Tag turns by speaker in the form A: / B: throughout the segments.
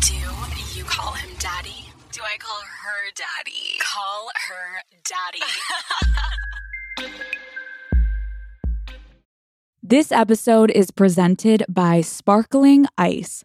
A: Do you call him daddy? Do I call her daddy? Call her daddy.
B: This episode is presented by Sparkling Ice.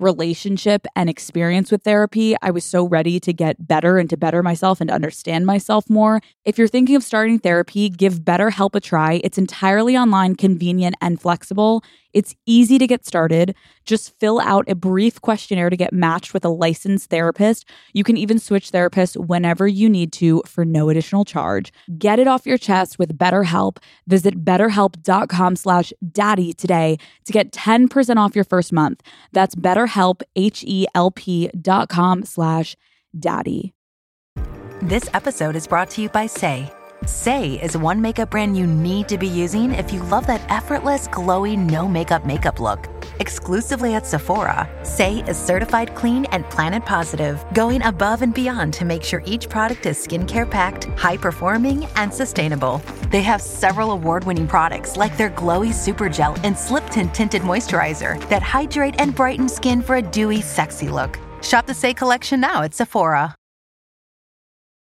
B: relationship and experience with therapy. I was so ready to get better and to better myself and to understand myself more. If you're thinking of starting therapy, give BetterHelp a try. It's entirely online, convenient, and flexible. It's easy to get started. Just fill out a brief questionnaire to get matched with a licensed therapist. You can even switch therapists whenever you need to for no additional charge. Get it off your chest with BetterHelp. Visit betterhelp.com slash daddy today to get 10% off your first month. That's betterhelp, H-E-L-P dot com slash daddy.
C: This episode is brought to you by Say. Say is one makeup brand you need to be using if you love that effortless, glowy, no makeup makeup look. Exclusively at Sephora, Say is certified clean and planet positive, going above and beyond to make sure each product is skincare packed, high performing, and sustainable. They have several award winning products like their Glowy Super Gel and Slip Tint Tinted Moisturizer that hydrate and brighten skin for a dewy, sexy look. Shop the Say collection now at Sephora.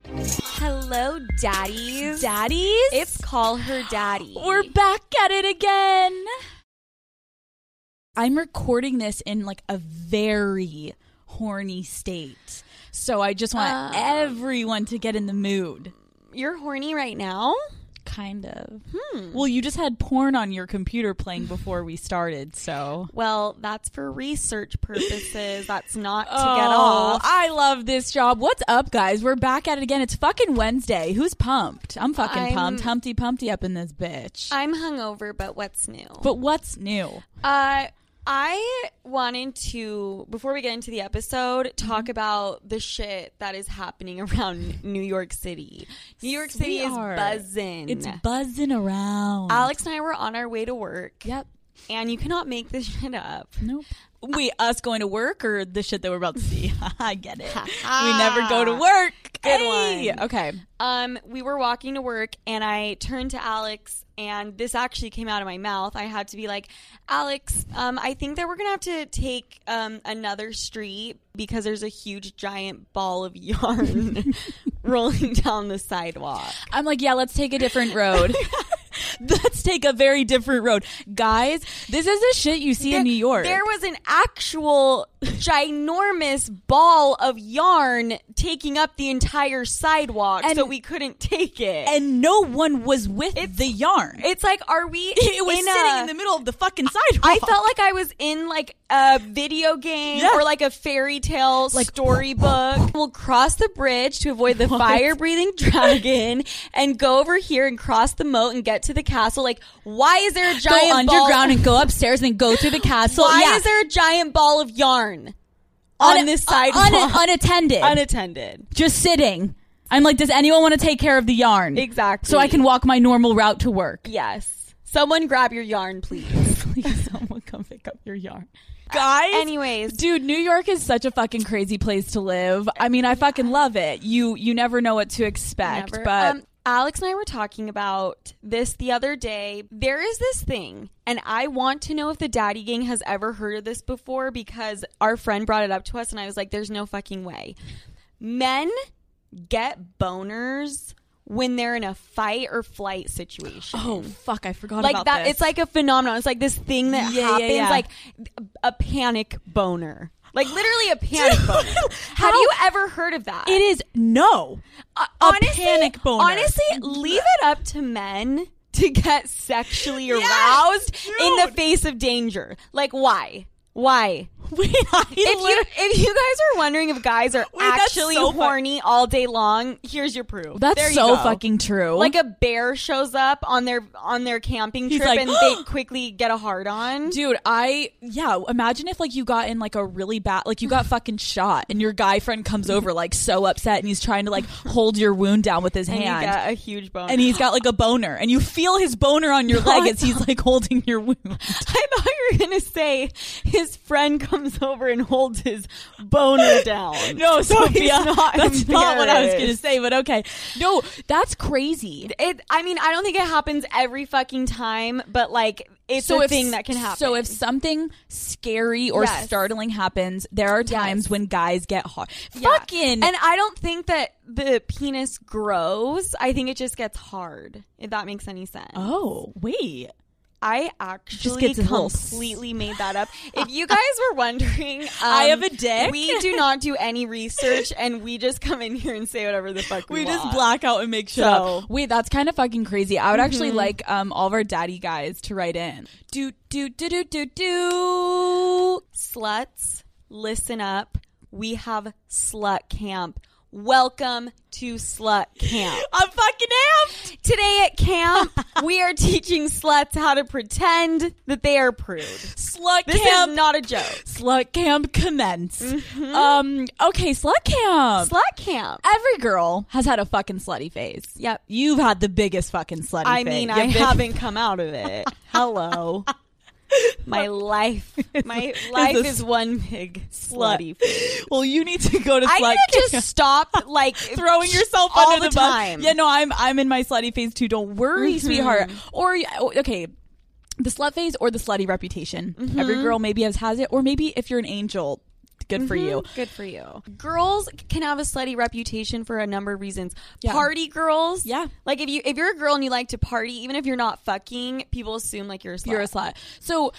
D: Hello, daddies.
B: Daddies?
D: It's Call Her Daddy.
B: We're back at it again. I'm recording this in like a very horny state. So I just want
D: Uh.
B: everyone to get in the mood.
D: You're horny right now?
B: Kind of.
D: Hmm.
B: Well, you just had porn on your computer playing before we started, so.
D: Well, that's for research purposes. That's not to get
B: Oh,
D: off.
B: I love this job. What's up, guys? We're back at it again. It's fucking Wednesday. Who's pumped? I'm fucking
D: I'm-
B: pumped. Humpty Pumpty up in this bitch.
D: I'm hungover, but what's new?
B: but what's new?
D: uh, I wanted to, before we get into the episode, talk about the shit that is happening around New York City. New York City is
B: Sweetheart.
D: buzzing.
B: It's buzzing around.
D: Alex and I were on our way to work,
B: Yep.
D: and you cannot make this shit up.
B: Nope. Wait, us going to work or the shit that we're about to see? I get it. we never go to work.
D: Good
B: Hey!
D: one.
B: Okay.
D: Um, we were walking to work, and I turned to Alex, and this actually came out of my mouth. I had to be like, Alex, um, I think that we're gonna have to take um, another street because there's a huge giant ball of yarn rolling down the sidewalk.
B: I'm like, yeah, let's take a different road. let's take a very different road. Guys, this is the shit you see in New York.
D: There was an actual ginormous ball of yarn taking up the entire sidewalk,
B: And-
D: so we couldn't take it.
B: and no one was with the yarn.
D: it's like, are we?
B: it was
D: in
B: sitting
D: a-
B: in uh, the middle of the fucking sidewalk.
D: I felt like I was in like a video game
B: Yeah.
D: or like a fairy tale storybook. we'll cross the bridge to avoid the fire breathing dragon and go over here and cross the moat and get to the castle. Like, why is there a
B: go
D: giant
B: underground
D: Ball-
B: and go upstairs and then go through the castle.
D: why
B: yeah.
D: is there a giant ball of yarn on,
B: Una-
D: this
B: un-
D: sidewalk?
B: unattended.
D: unattended.
B: just sitting. I'm like, does anyone want to take care of the yarn?
D: Exactly.
B: So I can walk my normal route to work.
D: Yes. Someone grab your yarn, please.
B: Please, someone come pick up your yarn. Guys.
D: Anyways,
B: Dude, New York is such a fucking crazy place to live. I mean, I fucking love it. You you never know what to expect,
D: Never.
B: but
D: Um, Alex and I were talking about this the other day. There is this thing, and I want to know if the Daddy Gang has ever heard of this before because our friend brought it up to us, and I was like, "There's no fucking way." Men get boners when they're in a fight or flight situation.
E: Oh fuck, I forgot
D: like
E: about
D: that
E: this.
D: it's like a phenomenon. It's like this thing that
E: Yeah, yeah,
D: happens
E: yeah.
D: like a panic boner. Like literally a panic boner. Have you ever heard of that?
E: it is no a, a
D: honestly,
E: panic boner.
D: Honestly, leave it up to men to get sexually
E: Yes,
D: aroused in the
E: dude.
D: face of danger. Like why? Why?
E: Wait, I
D: If you
E: lit-
D: if you guys are wondering if guys are
E: Wait, that's
D: actually
E: so fu-
D: horny all day long, here's your proof.
E: that's
D: There you
E: so
D: go.
E: fucking true.
D: Like a bear shows up on their on their camping
E: He's
D: trip
E: like,
D: and they quickly get a hard on.
E: Dude, I yeah. Imagine if like you got in like a really bad, like you got fucking shot, and your guy friend comes over like so upset, and he's trying to like hold your wound down with his
D: and you
E: hand,
D: get a huge bone.
E: and he's got like a boner, and you feel his boner on your leg as he's like holding your wound.
D: I thought you were gonna say his friend comes over and holds his boner down.
E: No, Sophia,
D: not
E: that's not what I was gonna
D: embarrassed.
E: say, but okay. No, that's crazy.
D: It. I mean, I don't think it happens every fucking time, but like it's a thing that can happen.
E: So if something scary or
D: Yes.
E: startling happens, there are times
D: Yes.
E: when guys get hard.
D: Yeah.
E: Fucking
D: And I don't think that the penis grows. I think it just gets hard. If that makes any sense.
E: oh wait.
D: I actually
E: gets a little s-
D: completely made that up. If you guys were wondering, um,
E: I have a dick.
D: We do not do any research, and we just come in here and say whatever the fuck we,
E: We just
D: want.
E: black out and make shit
D: So-
E: up. Wait, that's kind of fucking crazy. I would actually
D: Mm-hmm.
E: like um all of our daddy guys to write in. Do do do do do do.
D: sluts, listen up. We have slut camp. Welcome to slut camp.
E: I'm fucking amped.
D: Today at camp, we are teaching sluts how to pretend that they are prude.
E: Slut
D: This
E: camp.
D: is not Mm-hmm. a joke.
E: slut camp commence. Um. Okay, slut camp.
D: Slut camp.
E: Every girl has had a fucking slutty phase.
D: Yep.
E: You've had the biggest fucking slutty
D: I
E: phase.
D: mean,
E: You've
D: I
E: been-
D: haven't come out of it. Hello. My life, my life
E: a
D: is one big slutty. phase.
E: Well, you need to go to
D: I
E: slut
D: need to
E: camp.
D: just stop like
E: throwing yourself
D: all the,
E: under the, Mm-hmm. bus.
D: time.
E: Yeah, no, I'm I'm in my slutty phase too. Don't worry, sweetheart. Or okay, the slut phase or the slutty reputation. Every girl maybe has has it, or maybe if you're an angel, Mm, good for you.
D: Good for you. Girls can have a slutty reputation for a number of reasons.
E: Yeah.
D: Party girls.
E: Yeah.
D: Like if you if you're a girl and you like to party, even if you're not fucking, people assume like you're a slut.
E: You're a slut. So.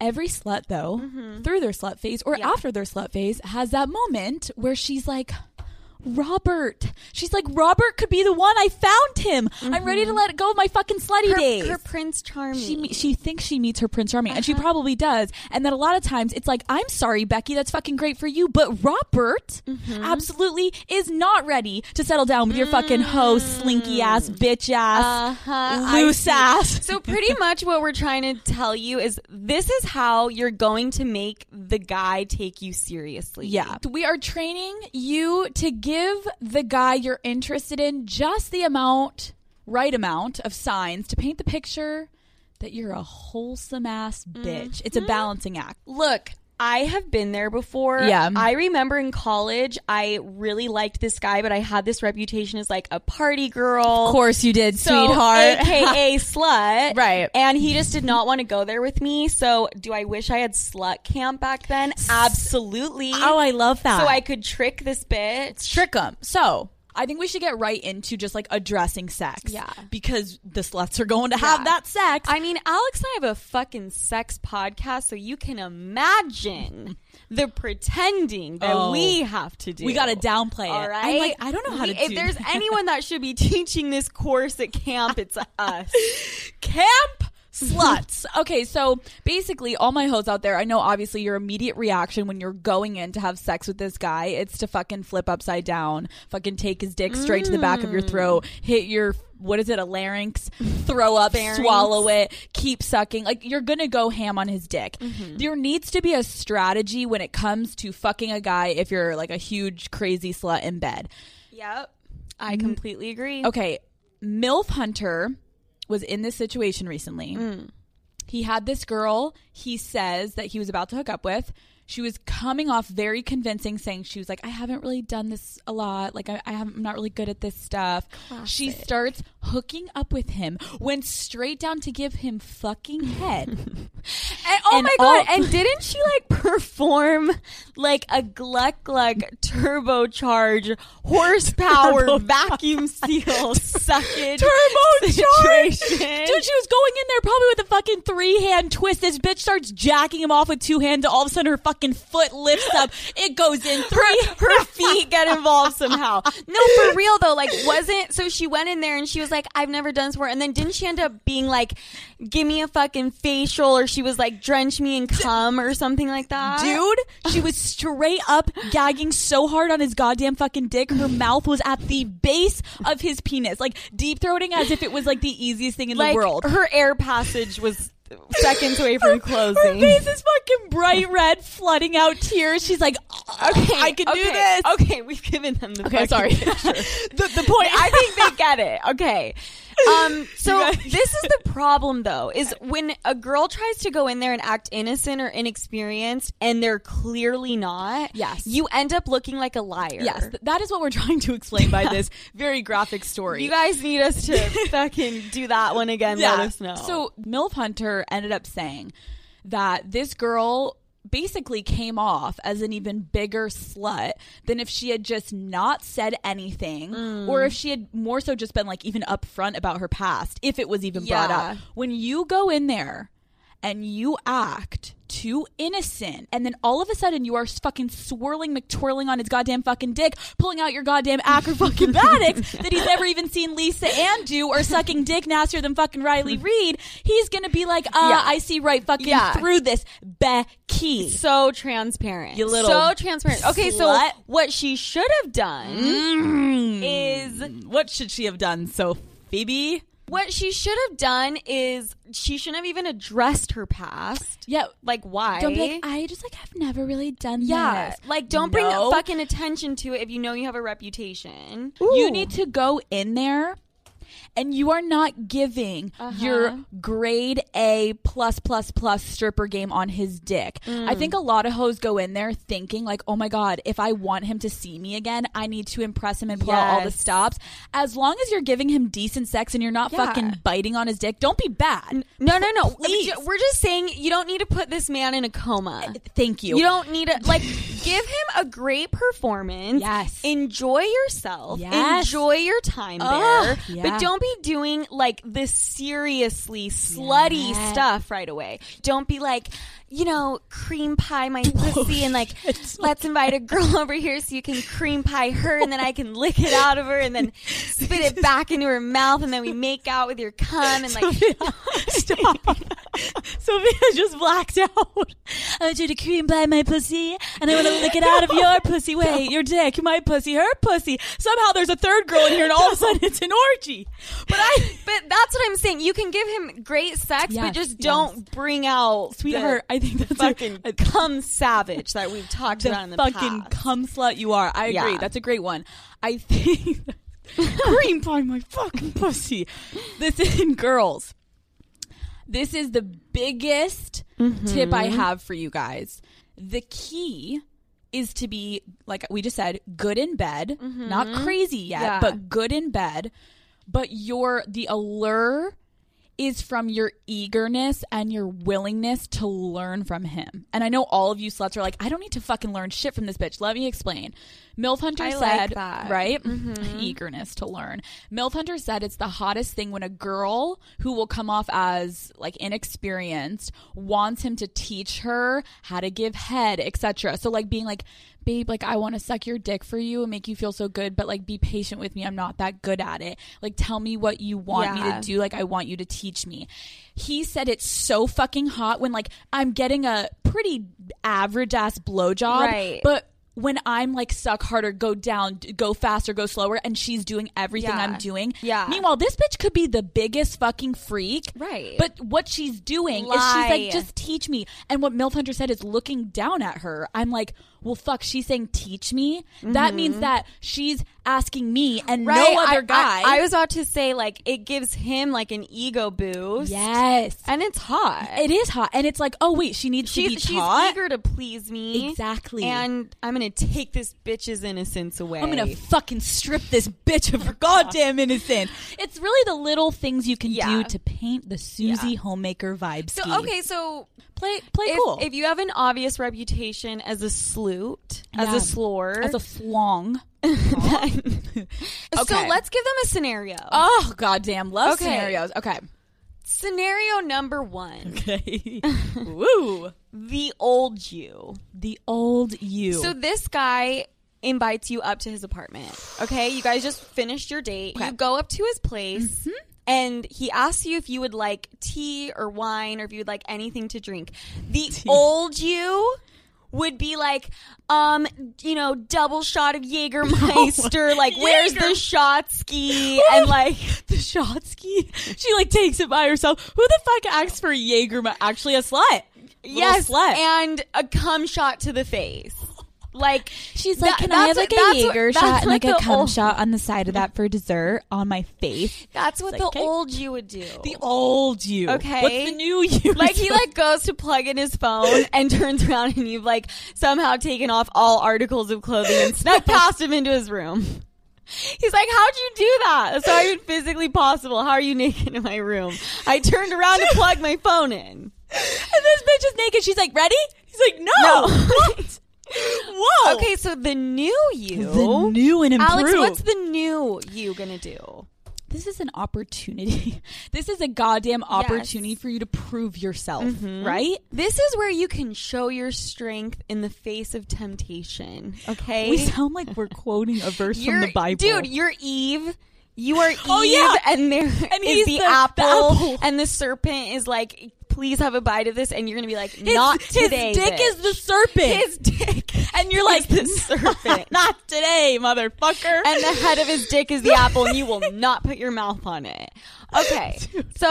E: Every slut, though,
D: Mm-hmm.
E: through their slut phase or after their slut phase, has that moment where she's like, Robert. She's like, Robert could be the one. I found him. I'm ready to let go of my fucking slutty
D: Mm-hmm. Her,
E: days.
D: her Prince Charming.
E: she me- she thinks she meets her prince charming and she
D: Uh-huh.
E: probably does and then a lot of times it's like i'm sorry becky that's fucking great for you but robert
D: Mm-hmm.
E: absolutely is not ready to settle down with your fucking hoe slinky ass bitch ass
D: Mm. Uh-huh, I
E: loose
D: see.
E: ass
D: So pretty much what we're trying to tell you is this is how you're going to make the guy take you seriously.
E: yeah we are training you to give the guy you're interested in just the amount right amount of signs to paint the picture that you're a wholesome ass bitch it's a balancing act
D: Look, I have been there before.
E: Yeah.
D: I remember in college, I really liked this guy, but I had this reputation as like a party girl.
E: of course you did
D: So,
E: sweetheart
D: AKA slut.
E: Right.
D: And he just did not want to go there with me. So, do I wish I had slut camp back then? Absolutely.
E: Oh, I love that.
D: So I could trick this bitch.
E: trick them. So I think we should get right into just like addressing sex.
D: Yeah.
E: Because the sluts are going to have
D: Yeah.
E: that sex.
D: I mean, Alex and I have a fucking sex podcast, so you can imagine the pretending that
E: Oh.
D: we have to do.
E: We gotta downplay it.
D: All
E: I'm
D: right.
E: like, I don't know how
D: We-
E: to
D: If
E: do
D: there's
E: that.
D: anyone that should be teaching this course at camp, it's us.
E: Camp sluts. okay, so basically, all my hoes out there, I know obviously your immediate reaction when you're going in to have sex with this guy, it's to fucking flip upside down, fucking take his dick straight to the back of your throat, hit your. What is it? A larynx? Throw up,
D: Pharynx.
E: swallow it, keep sucking. Like you're gonna go ham on his dick. There needs to be a strategy when it comes to fucking a guy if you're like a huge crazy slut in bed.
D: Yep. I completely agree.
E: Okay, MILF Hunter was in this situation recently.
D: Mm.
E: He had this girl he says that he was about to hook up with. She was coming off very convincing, saying she was like, I haven't really done this a lot. Like, I, I haven't, I'm not really good at this stuff. She starts hooking up with him, went straight down to give him fucking head. and oh
D: And
E: my god!
D: all-
E: and
D: didn't she like perform like a gluck gluck turbocharge horsepower
E: Turbo-
D: vacuum seal suckage
E: turbocharged.
D: situation?
E: Dude, she was going in there probably with a fucking three hand twist. This bitch starts jacking him off with two hands. All of a sudden, her fucking foot lifts up. It goes in three.
D: her, her feet get involved somehow. No, for real though. Like, wasn't so she went in there and she was like, "I've never done this before." And then didn't she end up being like, "Give me a fucking facial," or she was like, "Drench me in cum" or something like that?
E: Dude, she was straight up gagging so hard on his goddamn fucking dick. Her mouth was at the base of his penis, like deep throating as if it was like the easiest thing in
D: like
E: the world.
D: her air passage was seconds away from
E: Her
D: closing.
E: face is fucking bright red, flooding out tears. She's like, okay, I can do
D: okay,
E: this.
D: Okay, we've given them the.
E: Okay,
D: fucking
E: sorry.
D: the, the point. I think they get it. Okay. Um, so this is the problem though, is when a girl tries to go in there and act innocent or inexperienced and they're clearly not,
E: Yes.
D: you end up looking like a liar.
E: Yes, th- that is what we're trying to explain by this very graphic story.
D: You guys need us to fucking do that one again. Let us know.
E: So MILF Hunter ended up saying that this girl basically came off as an even bigger slut than if she had just not said anything
D: Mm.
E: or if she had more so just been like even upfront about her past, if it was even brought
D: Yeah.
E: up. When you go in there and you act too innocent and then all of a sudden you are fucking swirling McTwirling on his goddamn fucking dick pulling out your goddamn acrobatics that he's never even seen Lisa Ann do or sucking dick nastier than fucking Riley Reed he's gonna be like uh,
D: Yeah.
E: I see right fucking
D: Yeah.
E: through this Becky
D: so transparent.
E: You little
D: so transparent. Okay, so
E: slut. Mm-hmm.
D: what she should have done Hmm. is
E: what should she have done so Phoebe
D: What she should have done is she shouldn't have even addressed her past.
E: yeah
D: Like why?
E: don't be like I just like have never really done
D: yeah.
E: this
D: Like don't bring
E: No.
D: fucking attention to it if you know you have a reputation.
E: You need to go in there and you are not giving
D: Uh-huh.
E: your grade A plus plus plus stripper game on his dick. I
D: Mm.
E: think a lot of hoes go in there thinking like, "Oh my god, if I want him to see me again, I need to impress him and pull out all the
D: Yes.
E: stops." As long as you're giving him decent sex and you're not
D: Yeah.
E: fucking biting on his dick, don't be bad.
D: No, no, no.
E: Please. Eh,
D: We're just saying you don't need to put this man in a coma.
E: Thank you.
D: You don't need to like give him a great performance.
E: Yes.
D: Enjoy yourself.
E: Yes.
D: Enjoy your time
E: Oh,
D: there.
E: yeah.
D: But don't be doing like this seriously slutty stuff right away. Don't be like, you know, cream pie my
E: Oh,
D: pussy and like let's invite a girl over here so you can cream pie her and then I can lick it out of her and then spit it back into her mouth and then we make out with your cum and like
E: Stop. Sophia just blacked out. I want you to cream by my pussy, and I want to lick it out of your pussy. Wait, your dick, my pussy, her pussy. Somehow there's a third girl in here, and all of a sudden it's an orgy.
D: But I, but that's what I'm saying. You can give him great sex,
E: Yes,
D: but just
E: yes.
D: don't bring out,
E: Sweetheart, I think that's
D: the fucking cum savage that we've talked about in the
E: fucking
D: past.
E: cum slut you are. I agree.
D: Yeah.
E: That's a great one. I think cream pie my fucking pussy. This in girls. This is the biggest tip
D: Mm-hmm.
E: I have for you guys. The key is to be like we just said, good in bed, not crazy yet,
D: Mm-hmm. Yeah.
E: but good in bed. But your the allure is from your eagerness and your willingness to learn from him. And I know all of you sluts are like, I don't need to fucking learn shit from this bitch. Let me explain. MILF Hunter
D: I
E: said,
D: like that.
E: right?
D: Mm-hmm.
E: Eagerness to learn. MILF Hunter said it's the hottest thing when a girl who will come off as like inexperienced wants him to teach her how to give head, etc. So like being like, babe, like I want to suck your dick for you and make you feel so good, but like be patient with me. I'm not that good at it. Like tell me what you want me
D: Yeah.
E: to do do. Like, I want you to teach me. He said it's so fucking hot when, like, I'm getting a pretty average ass blowjob.
D: Right.
E: But when I'm like, suck harder, go down, d- go faster, go slower, and she's doing everything
D: Yeah.
E: I'm doing.
D: Yeah.
E: Meanwhile, this bitch could be the biggest fucking freak.
D: Right.
E: But what she's doing is she's
D: Lie.
E: like, just teach me. And what MILF Hunter said is looking down at her. I'm like, well, fuck, she's saying teach me. That means that she's asking me and
D: Mm-hmm. Right?
E: no
D: I-
E: other
D: I-
E: guy.
D: I, was about to say like it gives him like an ego boost.
E: yes.
D: and it's hot.
E: It is hot. And it's like, oh, wait, she needs to be
D: she's she's
E: taught.
D: eager to please me.
E: Exactly.
D: And I'm gonna take this bitch's innocence away.
E: I'm gonna fucking strip this bitch of her goddamn innocence. It's really the little things you can
D: Yeah.
E: do to paint the Susie homemaker vibe.
D: so okay, so
E: play play
D: if,
E: cool.
D: if you have an obvious reputation as a sloot, as
E: Yeah.
D: a slore,
E: As a flong.
D: so
E: Okay.
D: let's give them a scenario.
E: Oh goddamn, love
D: Okay.
E: scenarios. Okay.
D: Scenario number one:
E: Okay. Woo.
D: the old you.
E: The old you.
D: So this guy invites you up to his apartment. Okay, you guys just finished your date. You go up to his place. And he asks you if you would like tea or wine or if you would like anything to drink. The old you would be like, um, you know, double shot of Jägermeister. Like, where's the shot ski? And like,
E: the Shotsky, she like takes it by herself. Who the fuck asks for Jaeger? Actually, a slut. Little
D: yes,
E: slut.
D: and a cum shot to the face. Like,
E: She's
D: that-
E: like, can I
D: that's
E: have like
D: what- that's
E: a
D: what-
E: Jaeger
D: that's
E: shot
D: what
E: and like a
D: the
E: cum
D: old-
E: shot on the side of that for dessert on my face?
D: That's what
E: It's
D: the
E: like, okay.
D: old you would do.
E: The old you.
D: Okay.
E: What's the new you?
D: like he like goes to plug in his phone and turns around and you've like somehow taken off all articles of clothing and snuck past him into his room. He's like, "How'd you do that? That's not even physically possible. How are you naked in my room? I turned around to plug my phone in."
E: and this bitch is naked. She's like, ready? He's like, no.
D: No.
E: What? Whoa.
D: Okay, so the new you,
E: The new and
D: Alex,
E: improved.
D: what's the new you gonna do?
E: this is an opportunity. This is a goddamn opportunity for you to prove yourself, right?
D: This is where you can show your strength in the face of temptation. Okay,
E: We sound like we're quoting a verse from the
D: You're-
E: Bible.
D: Dude, you're Eve. You are Eve,
E: Oh, yeah.
D: and there is
E: he's
D: the,
E: the- the
D: apple,
E: apple.
D: and the serpent is like, "Please have a bite of this," and you're gonna be like,
E: His-
D: "Not today."
E: His dick
D: bitch."
E: is the serpent.
D: his dick, and you're
E: like,
D: the serpent,
E: Not today, motherfucker.
D: and the head of his dick is the apple, and you will not put your mouth on it. Okay, so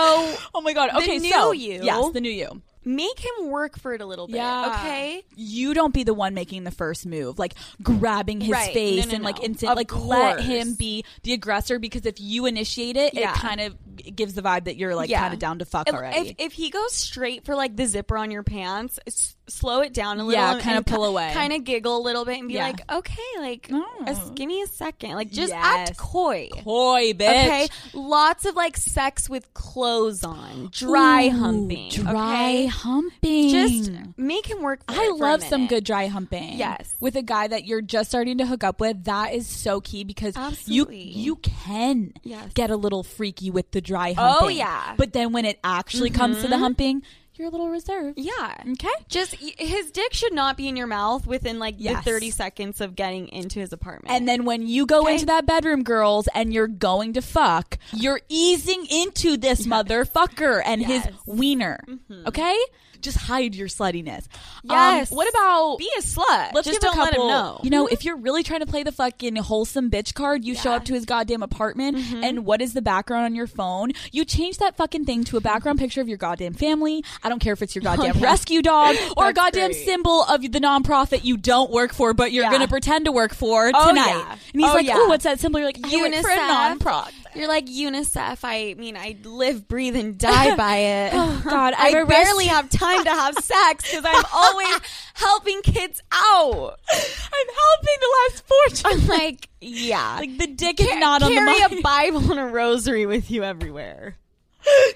E: oh my god.
D: The
E: Okay,
D: new
E: so
D: you.
E: Yes, the new you.
D: make him work for it a little bit. Okay,
E: You don't be the one making the first move, like grabbing his
D: Right. No,
E: face
D: no,
E: and like
D: no.
E: instant,
D: Of
E: like let
D: course.
E: him be the aggressor because if you initiate it,
D: Yeah.
E: it kind of g- gives the vibe that you're like kind of down to fuck
D: If-
E: already.
D: If, if he goes straight for like the zipper on your pants, s- slow it down a little.
E: Yeah, kinda pull away.
D: Kind of giggle a little bit and be
E: Yeah.
D: like, okay, like,
E: Mm.
D: us- give me a second. Like, just
E: Yes.
D: act coy.
E: Boy, bitch.
D: Okay, lots of like sex with clothes on, dry
E: Ooh,
D: humping,
E: Dry
D: okay?
E: humping.
D: Just make him work. For
E: I
D: it for a
E: love some
D: minute.
E: good dry humping.
D: Yes.
E: With a guy that you're just starting to hook up with, that is so key because
D: Absolutely.
E: you you can
D: Yes.
E: get a little freaky with the dry
D: Oh,
E: humping.
D: yeah. Mm-hmm.
E: But then when it actually comes to the humping, you're a little reserved.
D: Yeah.
E: Okay.
D: Just y- his dick should not be in your mouth within like
E: Yes.
D: the thirty seconds of getting into his apartment.
E: And then when you go
D: Okay.
E: into that bedroom, girls, and you're going to fuck, you're easing into this motherfucker and his
D: Yes. Mm-hmm.
E: wiener. Okay? Just hide your sluttiness. Um,
D: Yes.
E: what about
D: be a slut.
E: Let's
D: just
E: give
D: don't
E: a couple.
D: let him know.
E: You know, if you're really trying to play the fucking wholesome bitch card, you show up to his goddamn apartment,
D: Mm-hmm.
E: and what is the background on your phone? You change that fucking thing to a background picture of your goddamn family. I don't care if it's your goddamn rescue dog or a
D: Oh, That's
E: goddamn
D: great.
E: symbol of the nonprofit you don't work for, but you're
D: Yeah.
E: gonna pretend to work for
D: Oh,
E: tonight.
D: yeah.
E: And he's
D: Oh,
E: like,
D: yeah.
E: "Oh, what's that symbol?" You're like, "I work for a
D: UNICEF.
E: nonprofit."
D: You're like UNICEF. I mean, I live, breathe, and die by it.
E: Oh, God,
D: I
E: I'm a
D: barely
E: rescue-
D: have time to have sex because I'm always helping kids out.
E: I'm helping the last fortune.
D: I'm like, yeah,
E: Like the dick
D: Ca-
E: is not on the
D: carry
E: mind.
D: a Bible and a rosary with you everywhere.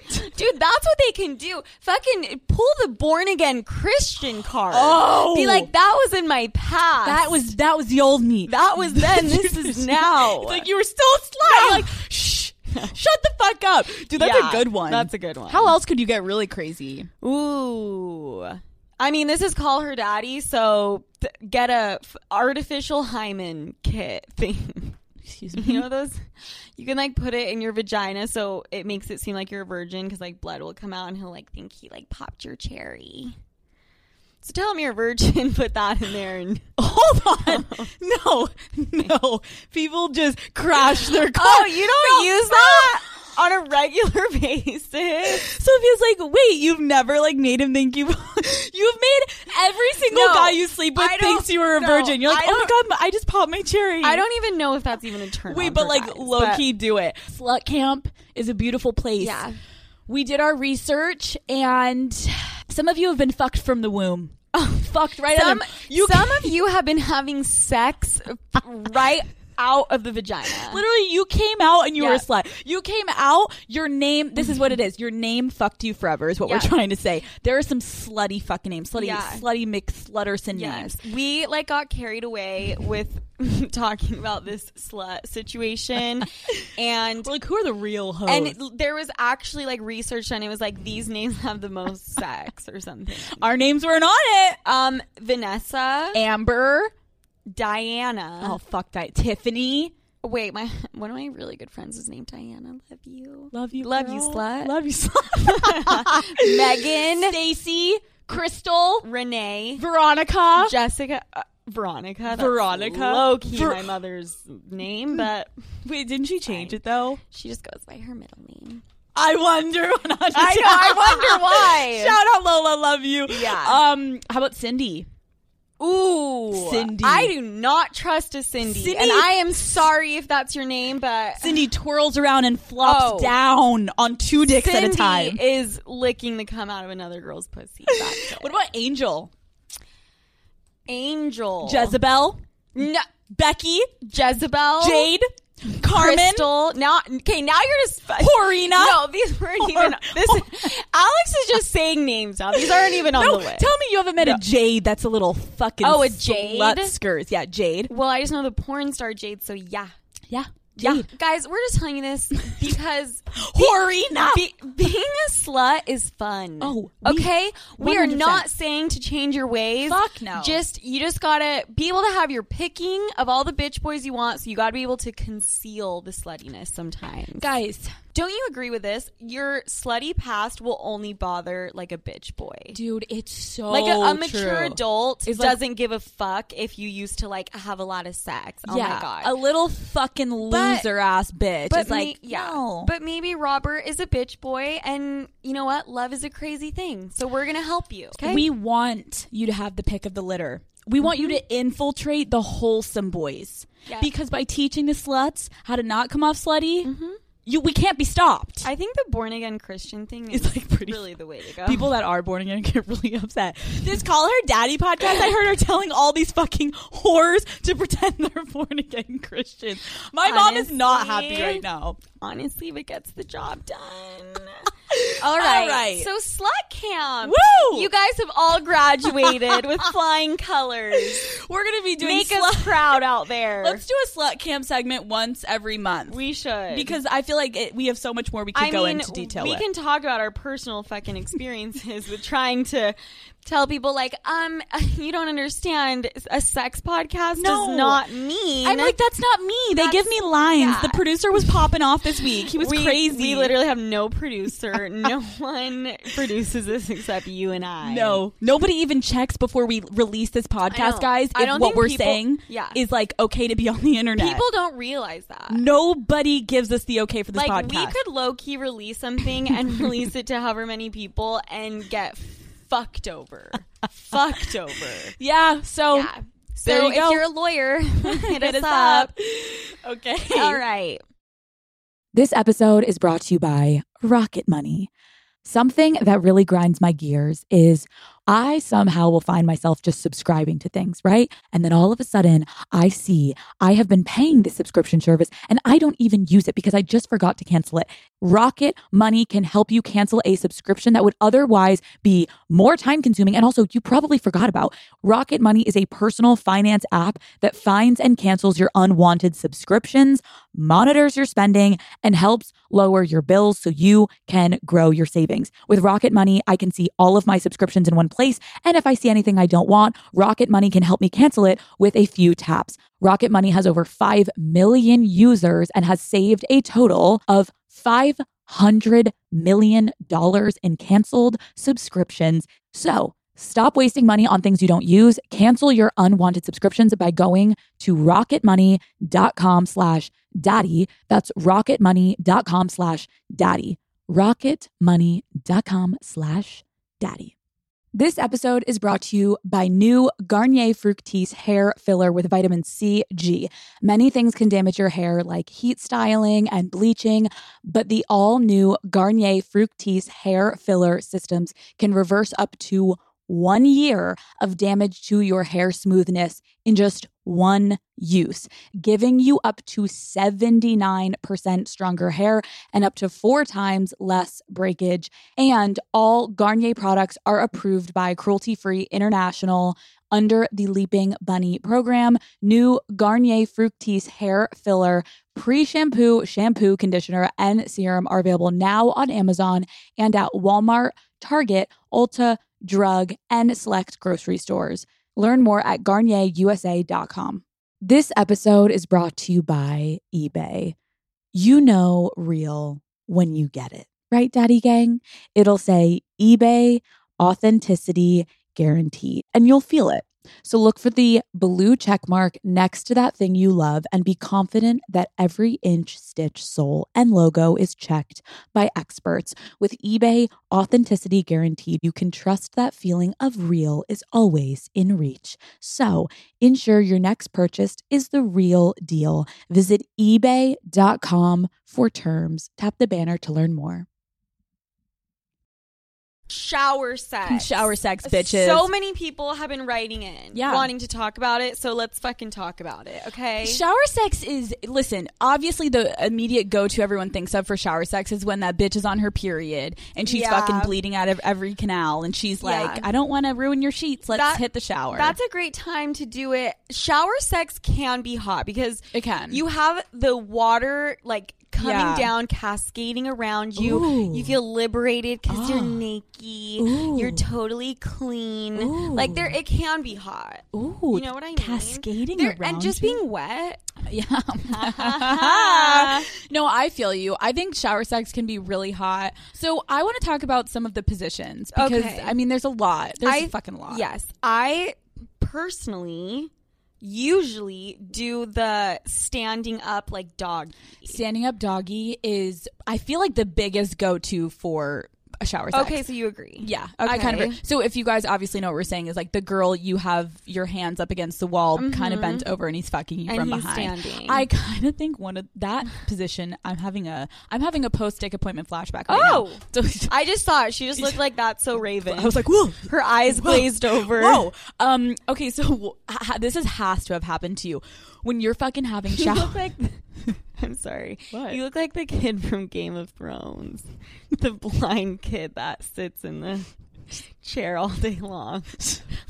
D: Dude, that's what they can do. Fucking pull the born again Christian card.
E: Oh.
D: Be like, that was in my past.
E: that was that was the old me.
D: that was then. this is now.
E: It's like you were still a slut.
D: No.
E: You're like, shh, shut the fuck up, dude. That's
D: Yeah,
E: a good one.
D: that's a good one.
E: How else could you get really crazy?
D: Ooh. I mean, this is call her daddy, so th- get a f- artificial hymen kit thing.
E: Excuse
D: you know those? You can like put it in your vagina, so it makes it seem like you're a virgin because like blood will come out, and he'll like think he like popped your cherry. So tell him you're a virgin. Put that in there, and
E: Hold on. no, no. People just crash their car.
D: oh, you don't use that on a regular basis.
E: Sophia's like, wait, you've never like made him think you You've made every single
D: No,
E: guy you sleep with
D: I don't-
E: thinks you were a
D: no,
E: virgin. You're like,
D: I
E: oh my god, I just popped my cherry.
D: I don't even know if that's even a turn.
E: Wait,
D: on
E: but
D: for
E: like
D: guys,
E: low
D: but-
E: key, do it. Slut camp is a beautiful place.
D: Yeah.
E: We did our research, and some of you have been fucked from the womb. fucked right out
D: Some,
E: of you.
D: some of you have been having sex right out of the vagina.
E: Literally, you came out and you were a
D: Yeah.
E: slut. You came out, your name, this is what it is. Your name fucked you forever, is what
D: Yeah.
E: we're trying to say. There are some slutty fucking names. Slutty,
D: Yeah.
E: slutty McSlutterson names.
D: We like got carried away with talking about this slut situation and
E: We're like, who are the real hoes?
D: and it- there was actually like research done. It was like these names have the most sex or something.
E: our names weren't on it.
D: Um Vanessa,
E: Amber.
D: Diana.
E: Oh, fuck that. Tiffany.
D: Wait, my one of my really good friends is named Diana. Love you.
E: Love you,
D: Love you,
E: girl.
D: slut.
E: Love you, slut.
D: Megan,
E: Stacy, Crystal,
D: Renee,
E: Veronica.
D: Jessica, uh, Veronica, that's
E: Veronica.
D: low key
E: Ver-
D: my mother's name, but
E: Wait, didn't she change it though?
D: she just goes by her middle name.
E: I wonder. I know.
D: I wonder why.
E: Shout out, Lola. Love you.
D: Yeah.
E: Um. How about Cindy?
D: Ooh,
E: Cindy.
D: I do not trust a Cindy,
E: Cindy-
D: and I am sorry if that's your name, but
E: Cindy twirls around and flops
D: Oh.
E: down on two dicks
D: Cindy
E: at a time.
D: is licking the cum out of another girl's pussy. That's it.
E: What about Angel?
D: Angel,
E: Oh. Jezebel,
D: no,
E: Becky,
D: Jezebel,
E: Jade, Carmen.
D: Crystal. Now, okay, now you're just
E: Horina.
D: No, these weren't even. This Alex is just saying names now. These aren't even on
E: No,
D: the list.
E: tell me you haven't met a Jade that's a little fucking
D: Oh, a Jade?
E: slut skirts. Yeah, Jade.
D: well, I just know the porn star Jade, so yeah.
E: Yeah,
D: Yeah. Guys, we're just telling you this because
E: Horina.
D: Be- being a slut is fun.
E: Oh, we-
D: okay. We are
E: 100%.
D: not saying to change your ways.
E: Fuck no.
D: Just you just gotta be able to have your picking of all the bitch boys you want. So you gotta be able to conceal the sluttiness sometimes.
E: Guys,
D: Don't you agree with this? Your slutty past will only bother like a bitch boy.
E: dude, it's so
D: Like a, a mature
E: true.
D: adult
E: It's like-
D: doesn't give a fuck if you used to like have a lot of sex. Oh
E: yeah,
D: my god.
E: a little fucking loser ass bitch. But it's
D: may-
E: like, no.
D: But maybe Robert is a bitch boy, and you know what? Love is a crazy thing. So we're gonna help you. Okay.
E: we want you to have the pick of the litter. We want you to infiltrate the wholesome boys
D: Mm-hmm. Yeah.
E: because by teaching the sluts how to not come off slutty, you we can't be stopped.
D: Mm-hmm. I think the born again Christian thing is
E: It's, like, pretty-
D: really the way to go.
E: People that are born again get really upset. This call her daddy podcast I heard are telling all these fucking whores to pretend they're born again Christians. My mom is not happy
D: Honestly.
E: right now.
D: honestly, if it gets the job done.
E: All
D: All
E: right.
D: right. So slut camp.
E: Woo!
D: You guys have all graduated with flying colors.
E: we're gonna be doing
D: Make
E: slut-
D: us proud out there.
E: Let's do a slut cam segment once every month.
D: we should
E: because I feel like it, we have so much more we could
D: I
E: go
D: mean,
E: into detail
D: We
E: with.
D: can talk about our personal fucking experiences with trying to tell people like, um, you don't understand. A sex podcast
E: No.
D: does not mean.
E: I'm like, that's not me. They give me lines.
D: yeah.
E: The producer was popping off this week. He was
D: we,
E: crazy.
D: We literally have no producer. no one produces this except you and I.
E: No, nobody even checks before we release this
D: I
E: podcast,
D: know.
E: guys.
D: I
E: If
D: don't
E: what
D: think
E: we're
D: people-
E: saying
D: yeah.
E: is like okay to be on the internet.
D: people don't realize that.
E: nobody gives us the okay for this
D: Like we
E: podcast.
D: could low key release something and release it to however many people and get fucked over, fucked over.
E: yeah. So
D: Yeah. So
E: There you
D: if
E: go.
D: you're a lawyer, hit,
E: hit
D: us up.
E: Okay.
D: All right.
B: This episode is brought to you by Rocket Money. Something that really grinds my gears is I somehow will find myself just subscribing to things, right? And then all of a sudden, I see I have been paying this subscription service and I don't even use it because I just forgot to cancel it. Rocket Money can help you cancel a subscription that would otherwise be more time consuming and also you probably forgot about. Rocket Money is a personal finance app that finds and cancels your unwanted subscriptions, monitors your spending, and helps lower your bills so you can grow your savings. With Rocket Money, I can see all of my subscriptions in one place. And if I see anything I don't want, Rocket Money can help me cancel it with a few taps. Rocket Money has over 5 million users and has saved a total of $500 million in canceled subscriptions. So, Stop wasting money on things you don't use. Cancel your unwanted subscriptions by going to rocketmoney.com slash daddy. That's rocketmoney.com slash daddy. Rocketmoney.com slash daddy. This episode is brought to you by new Garnier Fructis hair filler with vitamin C, G. Many things can damage your hair, like heat styling and bleaching, but the all new Garnier Fructis hair filler systems can reverse up to one year of damage to your hair smoothness in just one use, giving you up to 79% stronger hair and up to four times less breakage. And all Garnier products are approved by Cruelty Free International under the Leaping Bunny program. New Garnier Fructis hair filler, pre shampoo, shampoo, conditioner, and serum are available now on Amazon and at Walmart, Target, Ulta, drug, and select grocery stores. Learn more at GarnierUSA.com. This episode is brought to you by eBay. You know real when you get it, right, Daddy Gang? It'll say eBay authenticity guaranteed, and you'll feel it. So look for the blue check mark next to that thing you love and be confident that every inch, stitch, sole, and logo is checked by experts. With eBay Authenticity Guaranteed, you can trust that feeling of real is always in reach. So ensure your next purchase is the real deal. Visit ebay.com for terms. Tap the banner to learn more.
D: Shower sex.
E: Shower sex, bitches.
D: So many people have been writing in,
E: Yeah.
D: wanting to talk about it. So let's fucking talk about it, okay?
E: Shower sex is listen. Obviously, the immediate go-to everyone thinks of for shower sex is when that bitch is on her period and she's
D: Yeah.
E: fucking bleeding out of every canal, and she's like, "I don't want to ruin your sheets. Let's
D: That-
E: hit the shower."
D: That's a great time to do it. Shower sex can be hot because
E: It can.
D: You have the water like coming
E: Yeah.
D: down, cascading around you. You feel liberated because
E: Ah.
D: you're naked. You're totally clean. Like there, it can be hot.
E: Ooh,
D: You know what I mean?
E: cascading
D: There-
E: around
D: and just
E: you?
D: being wet.
E: Yeah. no, I feel you. I think shower sex can be really hot. So I want to talk about some of the positions because
D: Okay.
E: I mean, there's a lot. There's
D: I
E: a fucking lot.
D: Yes, I personally usually do the standing up like dog.
E: Standing up doggy is I feel like the biggest go-to for a shower sex.
D: Okay, so you agree?
E: Yeah, I kind of.
D: Okay.
E: So if you guys obviously know what we're saying is like the girl you have your hands up against the wall, kind of bent over, and he's fucking you
D: Mm-hmm. And
E: from
D: he's
E: behind.
D: standing.
E: I kind of think one of that position. I'm having a I'm having a post dick appointment flashback. Right
D: Oh!
E: now. so
D: I just saw it. She just looked like that's so Raven.
E: I was like, whoa.
D: her eyes glazed over.
E: Whoa. Um. Okay. So ha- this is, has to have happened to you when you're fucking having
D: You
E: shower.
D: look like. I'm sorry.
E: What?
D: You look like the kid from Game of Thrones, the blind kid that sits in the chair all day long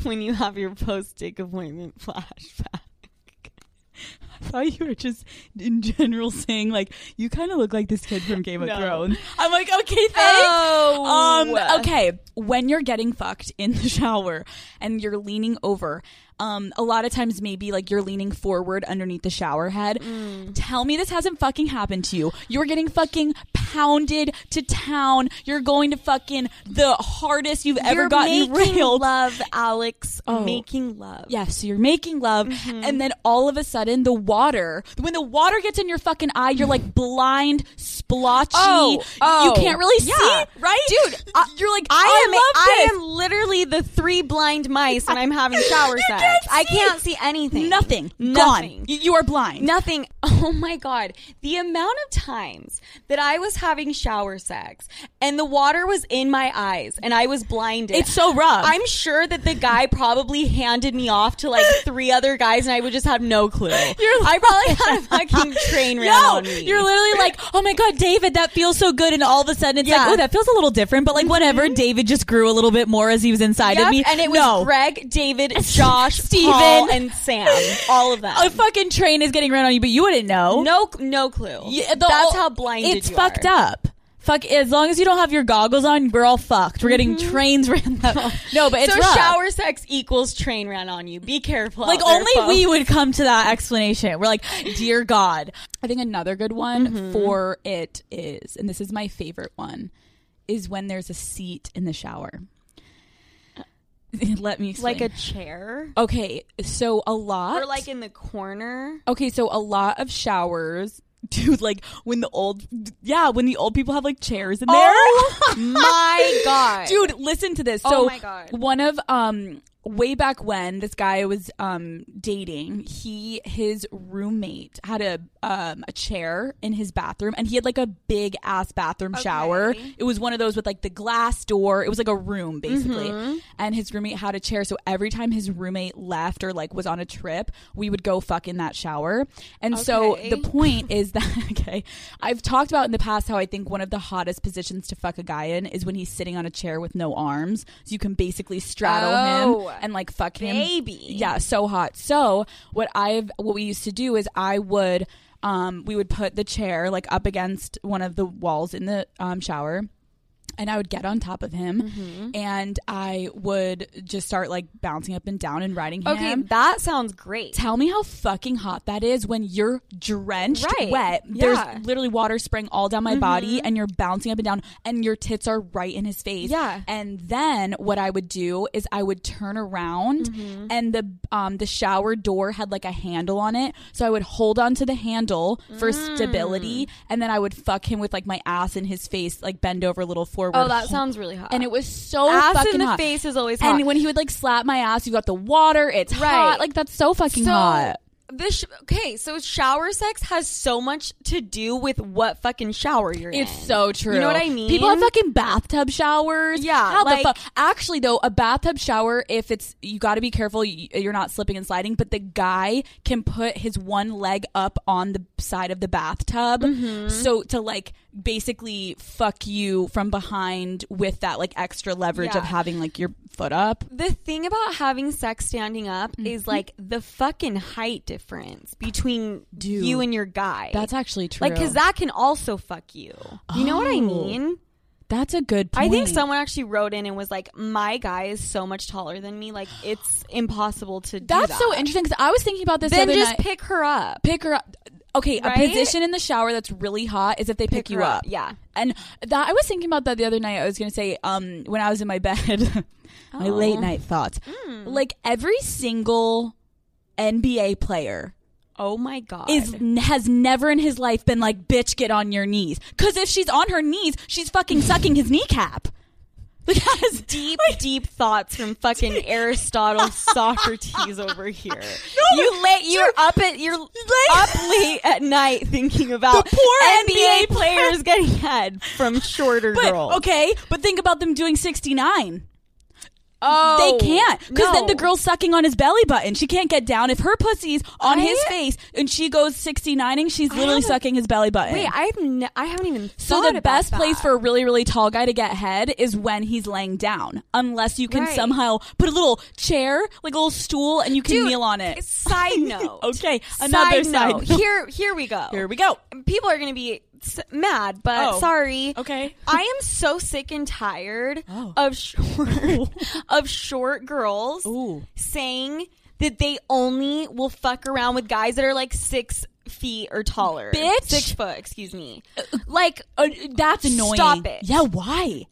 D: when you have your post-dick appointment flashback.
E: thought you were just in general saying like you kind of look like this kid from Game of
D: No.
E: Thrones. I'm like, okay, thanks.
D: Oh.
E: Um, okay. When you're getting fucked in the shower and you're leaning over, um, a lot of times maybe like you're leaning forward underneath the shower head.
D: Mm.
E: Tell me this hasn't fucking happened to you. You're getting fucking pounded to town. You're going to fucking the hardest you've ever
D: You're
E: gotten
D: making
E: railed.
D: love, Alex.
E: Oh.
D: Making love.
E: Yes, so you're making love,
D: Mm-hmm.
E: and then all of a sudden, the water, when the water gets in your fucking eye, you're like blind, splotchy.
D: Oh, oh.
E: You can't really
D: Yeah.
E: see, right? Dude, you're like,
D: I am I,
E: love this.
D: am literally the three blind mice when I'm having shower
E: You
D: sex.
E: can't
D: I
E: see.
D: can't see anything.
E: Nothing.
D: Nothing.
E: Gone. You, you are blind.
D: Nothing. Oh my God. The amount of times that I was having shower sex and the water was in my eyes and I was blinded.
E: It's so rough.
D: I'm sure that the guy probably handed me off to like three other guys and I would just have no clue. I probably had a fucking train ran
E: No,
D: on me.
E: you're literally like, oh my god, David, that feels so good, and all of a sudden it's
D: Yeah. Mm-hmm.
E: like, oh, that feels a little different, but like whatever. David just grew a little bit more as he was inside
D: Yep,
E: of me,
D: and it was
E: no.
D: Greg, David, Josh,
E: Steven.
D: Paul, and Sam. All of them.
E: a fucking train is getting ran on you, but you wouldn't know.
D: No, no clue.
E: Yeah, the-
D: That's how blinded
E: it's
D: you
E: fucked
D: are.
E: up. Fuck. As long as you don't have your goggles on, we're all fucked. We're getting trains ran. Up. No, but it's
D: Mm-hmm. so
E: rough.
D: shower sex equals train ran on you. Be careful.
E: Like
D: out there,
E: only
D: folks.
E: we would come to that explanation. We're like, dear God. I think another good one
D: Mm-hmm.
E: for it is, and this is my favorite one, is when there's a seat in the shower. Let me explain.
D: like a chair
E: okay. So a lot
D: or like in the corner.
E: Okay, so a lot of showers dude, like when the old, yeah, when the old people have like chairs in there.
D: Oh my god,
E: dude listen to this so
D: Oh my God.
E: one of um way back when this guy was um dating he his roommate had a um a chair in his bathroom and he had like a big ass bathroom shower
D: Okay.
E: it was one of those with like the glass door it was like a room basically
D: Mm-hmm.
E: and his roommate had a chair so every time his roommate left or like was on a trip we would go fuck in that shower and so
D: Okay.
E: the point is that okay i've talked about in the past how i think one of the hottest positions to fuck a guy in is when he's sitting on a chair with no arms so you can basically straddle
D: Oh,
E: him and like fuck him
D: baby.
E: yeah so hot so what i've what we used to do is i would um we would put the chair like up against one of the walls in the um shower and I would get on top of him,
D: Mm-hmm.
E: and I would just start like bouncing up and down and riding him
D: Okay, that sounds great.
E: tell me how fucking hot that is when you're drenched
D: Right.
E: wet.
D: Yeah. Mm-hmm.
E: There's literally water spraying all down my body and you're bouncing up and down and your tits are right in his face.
D: Yeah.
E: And then what I would do is I would turn around
D: Mm-hmm.
E: and the um the shower door had like a handle on it. So I would hold on to the handle for
D: Mm.
E: stability and then I would fuck him with like my ass in his face, like bend over a little forward.
D: Oh, that
E: hold-
D: sounds really hot.
E: and it was so
D: Ass in
E: fucking
D: the
E: hot.
D: face is always hot.
E: And when he would like slap my ass, you got the water. It's
D: Right.
E: hot. Like that's so fucking
D: so
E: hot.
D: this sh- okay, so shower sex has so much to do with what fucking shower you're in.
E: It's so true.
D: You know what I mean?
E: People have fucking bathtub showers.
D: Yeah,
E: How
D: like-
E: the fuck? Actually, though, a bathtub shower, if it's, you got to be careful y- you're not slipping and sliding, but the guy can put his one leg up on the side of the bathtub.
D: Mm-hmm.
E: So to like basically fuck you from behind with that like extra leverage
D: Yeah.
E: of having like your foot up.
D: the thing about having sex standing up
E: Mm-hmm.
D: is like the fucking height difference between
E: Dude,
D: you and your guy.
E: That's actually true.
D: like because that can also fuck you. You know what I
E: Oh.
D: mean?
E: that's a good point.
D: I think someone actually wrote in and was like, "My guy is so much taller than me. Like it's impossible to." do
E: That's
D: that.
E: so interesting because I was thinking about this
D: Then
E: other
D: just
E: night.
D: pick her up.
E: pick her up. Okay,
D: Right?
E: a position in the shower that's really hot is if they pick,
D: Pick
E: you
D: her
E: up.
D: up, yeah.
E: and that I was thinking about that the other night. I was gonna say, um, when I was in my bed, my late night thoughts.
D: Hmm.
E: Like every single NBA player
D: Oh my god!
E: is has never in his life been like, "Bitch, get on your knees," because if she's on her knees, she's fucking sucking his kneecap. Like that is
D: deep,
E: like,
D: deep thoughts from fucking Aristotle Socrates over here. you late, you're up at you're up late at night thinking about
E: The poor
D: NBA
E: NBA
D: players getting head from shorter
E: But
D: girls.
E: okay, but think about them doing sixty nine. They can't. Because then
D: no.
E: the girl's sucking on his belly button. She can't get down. If her pussy's on
D: I-
E: his face and she goes 69ing, she's literally
D: haven't-
E: sucking his belly button.
D: Wait, I've n- I haven't even
E: so
D: thought
E: the
D: about
E: best
D: that.
E: place for a really, really tall guy to get head is when he's laying down. Unless you can
D: Right.
E: somehow put a little chair, like a little stool, and you can kneel on it.
D: Side note.
E: Okay, another side
D: note.
E: note.
D: Here, here we go.
E: Here we go.
D: People are going to be s- mad, but
E: Oh.
D: sorry.
E: Okay.
D: I am so sick and tired
E: Oh.
D: of short of short girls
E: Ooh.
D: saying that they only will fuck around with guys that are like six feet or taller.
E: Bitch.
D: Six foot, excuse me. Like
E: Uh, that's annoying.
D: Stop it.
E: Yeah, why?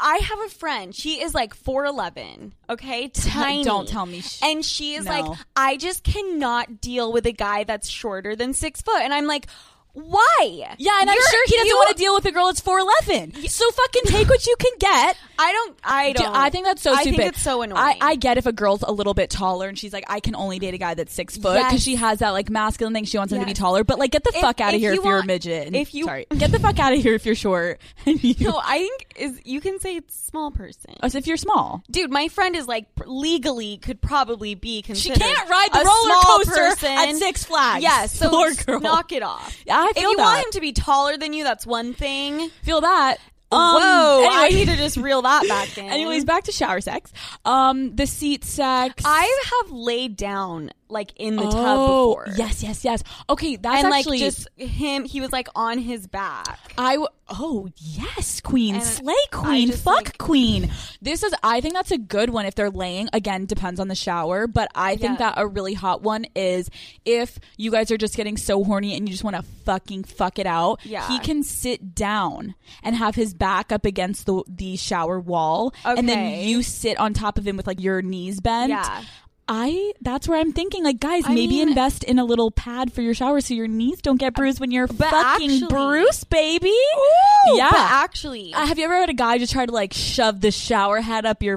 D: I have a friend. She is like 4'11, okay? Tiny.
E: don't tell me she-
D: and she is
E: No.
D: like, I just cannot deal with a guy that's shorter than six foot. And I'm like, why?
E: Yeah, and I'm
D: You're-
E: sure he doesn't
D: you-
E: want to deal with a girl that's 4'11. So fucking take what you can get.
D: I don't. I
E: Dude,
D: don't.
E: I think that's so
D: I
E: stupid.
D: think it's so annoying.
E: I, I get if a girl's a little bit taller and she's like, I can only date a guy that's six foot because
D: Yes.
E: she has that like masculine thing. She wants him to be
D: Yes.
E: taller, but like, get the
D: If-
E: fuck out of
D: if
E: here
D: you
E: if you're a
D: want-
E: midget.
D: if you-
E: sorry, get the fuck out of here if you're short. And you,
D: No, I think is you can say it's small person.
E: as if you're small.
D: Dude, my friend is like pr- legally could probably be
E: She
D: considered.
E: can't ride the
D: a
E: roller
D: small
E: coaster
D: person.
E: at Six Flags.
D: Yes, so
E: Poor
D: just
E: girl.
D: knock it off.
E: Yeah, I
D: if
E: feel
D: you
E: that.
D: want him to be taller than you, that's one thing.
E: Feel that?
D: Um,
E: Um,
D: Whoa,
E: anyway.
D: I need to just reel that back in.
E: Anyways, back to shower sex. Um, the seat sex.
D: I have laid down like in the tub
E: oh,
D: before.
E: yes, yes, yes. Okay, that's
D: and like
E: actually
D: just him. He was like on his back.
E: I w- oh yes, queen,
D: And
E: slay
D: I
E: queen,
D: just,
E: fuck
D: like-
E: queen. This is I think that's a good one if they're laying. Again, depends on the shower, but I think
D: Yeah.
E: that a really hot one is if you guys are just getting so horny and you just want to fucking fuck it out.
D: Yeah.
E: he can sit down and have his back up against the the shower wall, and then
D: Okay.
E: you sit on top of him with like your knees bent.
D: Yeah.
E: I that's where I'm thinking. Like, guys,
D: I
E: maybe
D: mean-
E: invest in a little pad for your shower so your knees don't get bruised when you're
D: But
E: fucking
D: actually-
E: Bruce, baby. yeah.
D: Oh, But actually,
E: Uh, have you ever had a guy just try to like shove the shower head up your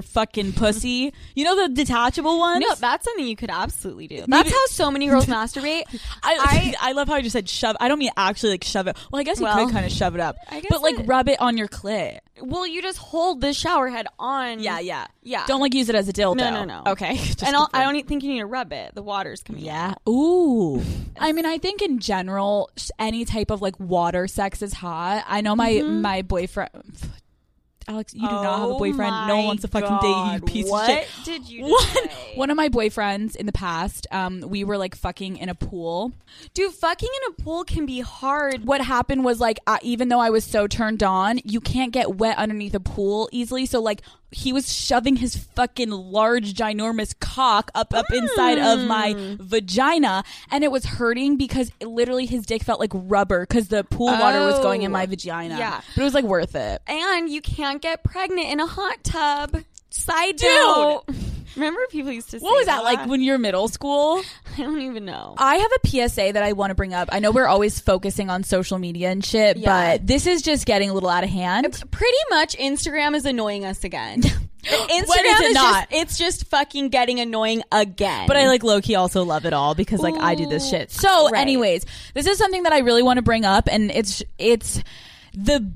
E: fucking pussy? You know the detachable ones.
D: no, that's something you could absolutely do. That's
E: Maybe-
D: how so many girls masturbate.
E: I, I love how you just said shove. I don't mean actually like shove it. Well, I guess you
D: Well,
E: could kind of shove it up,
D: I guess
E: but like
D: it-
E: rub it on your clit.
D: Well, you just hold the shower head on.
E: Yeah, yeah,
D: Yeah.
E: Don't like use it as a dildo.
D: No, no, no.
E: Okay, Just
D: and I'll,
E: confirm.
D: I don't e- think you need to rub it. The water's coming. out.
E: Yeah. Ooh. I mean, I think in general, s- any type of like water sex is hot. I know my my boyfriend. Alex, you do not have
D: Mm-hmm.
E: a
D: Oh
E: boyfriend. No one
D: my
E: wants to fucking date
D: God.
E: you, piece
D: What
E: of shit.
D: did you
E: One,
D: just say?
E: one of my boyfriends in the past, um, we were like fucking in a pool.
D: Dude, fucking in a pool can be hard.
E: What happened was like, uh, even though I was so turned on, you can't get wet underneath a pool easily. So like, he was shoving his fucking large, ginormous cock up up inside of
D: Hmm.
E: my vagina, and it was hurting because it, literally his dick felt like rubber because the pool water was going in
D: Oh.
E: my vagina.
D: Yeah.
E: but it was like worth it.
D: And you can't get pregnant in a hot tub. Side
E: Dude.
D: note. Remember people used to say
E: What was that like when you're middle school?
D: I don't even know.
E: I have a PSA that I want to bring up. I know we're always focusing on social media and shit,
D: Yeah.
E: but this is just getting a little out of hand.
D: Pretty much Instagram is annoying us again. Instagram
E: When is it not?
D: just it's just fucking getting annoying again.
E: But I like low key also love it all because like I do this shit. So,
D: right.
E: anyways, this is something that I really want to bring up, and it's it's the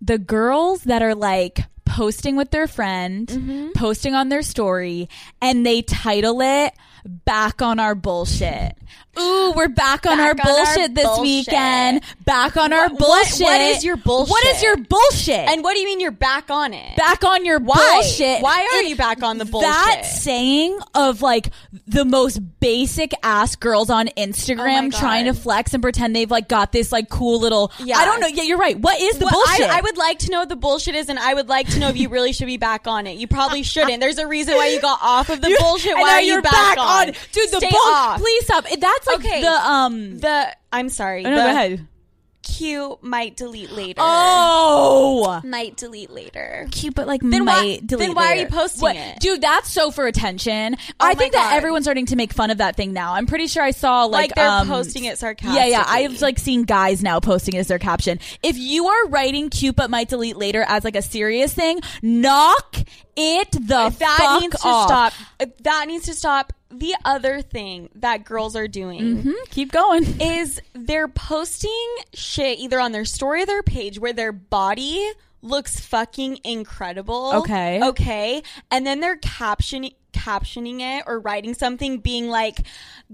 E: the girls that are like posting with their friend,
D: Mm-hmm.
E: posting on their story, and they title it "Back on Our Bullshit." Ooh, we're back on our
D: Back on our
E: bullshit this
D: bullshit.
E: weekend. Back on our
D: What- what-
E: bullshit.
D: what is your
E: What is
D: bullshit?
E: your bullshit?
D: And what do you mean you're back on it?
E: back on your
D: Why?
E: bullshit.
D: Why are
E: It-
D: you back on the bullshit?
E: that saying of like the most basic ass girls on Instagram
D: Oh God.
E: trying to flex and pretend they've like got this like cool little
D: Yeah.
E: I don't know. Yeah, you're right. What is the
D: Well,
E: bullshit?
D: I, I would like to know what the bullshit is, and I would like to know if you really should be back on it. You probably shouldn't. There's a reason why you got off of the
E: You-
D: bullshit.
E: and
D: Why
E: now
D: are you
E: you're
D: back, on?
E: Dude, the
D: Stay
E: bull-
D: off.
E: Please stop. It- That's like
D: Okay.
E: the um
D: The I'm sorry.
E: no,
D: the
E: go ahead.
D: Q might delete later.
E: Oh.
D: might delete later.
E: Cute, but like
D: Then why-
E: might delete
D: then why are you
E: later.
D: posting it? Oh
E: dude? That's so for attention.
D: my
E: I think that
D: God.
E: everyone's starting to make fun of that thing now. I'm pretty sure I saw like,
D: Like, they're
E: um,
D: posting it sarcastically.
E: Yeah, yeah. I've like seen guys now posting it as their caption. If you are writing "cute but might delete later" as like a serious thing, knock it the
D: that
E: fuck
D: needs to
E: off.
D: stop. That needs to stop. The other thing that girls are doing.
E: Keep going.
D: is they're posting shit either on their story or their page where their body looks fucking incredible.
E: Okay.
D: Okay. And then they're captioning captioning it or writing something being like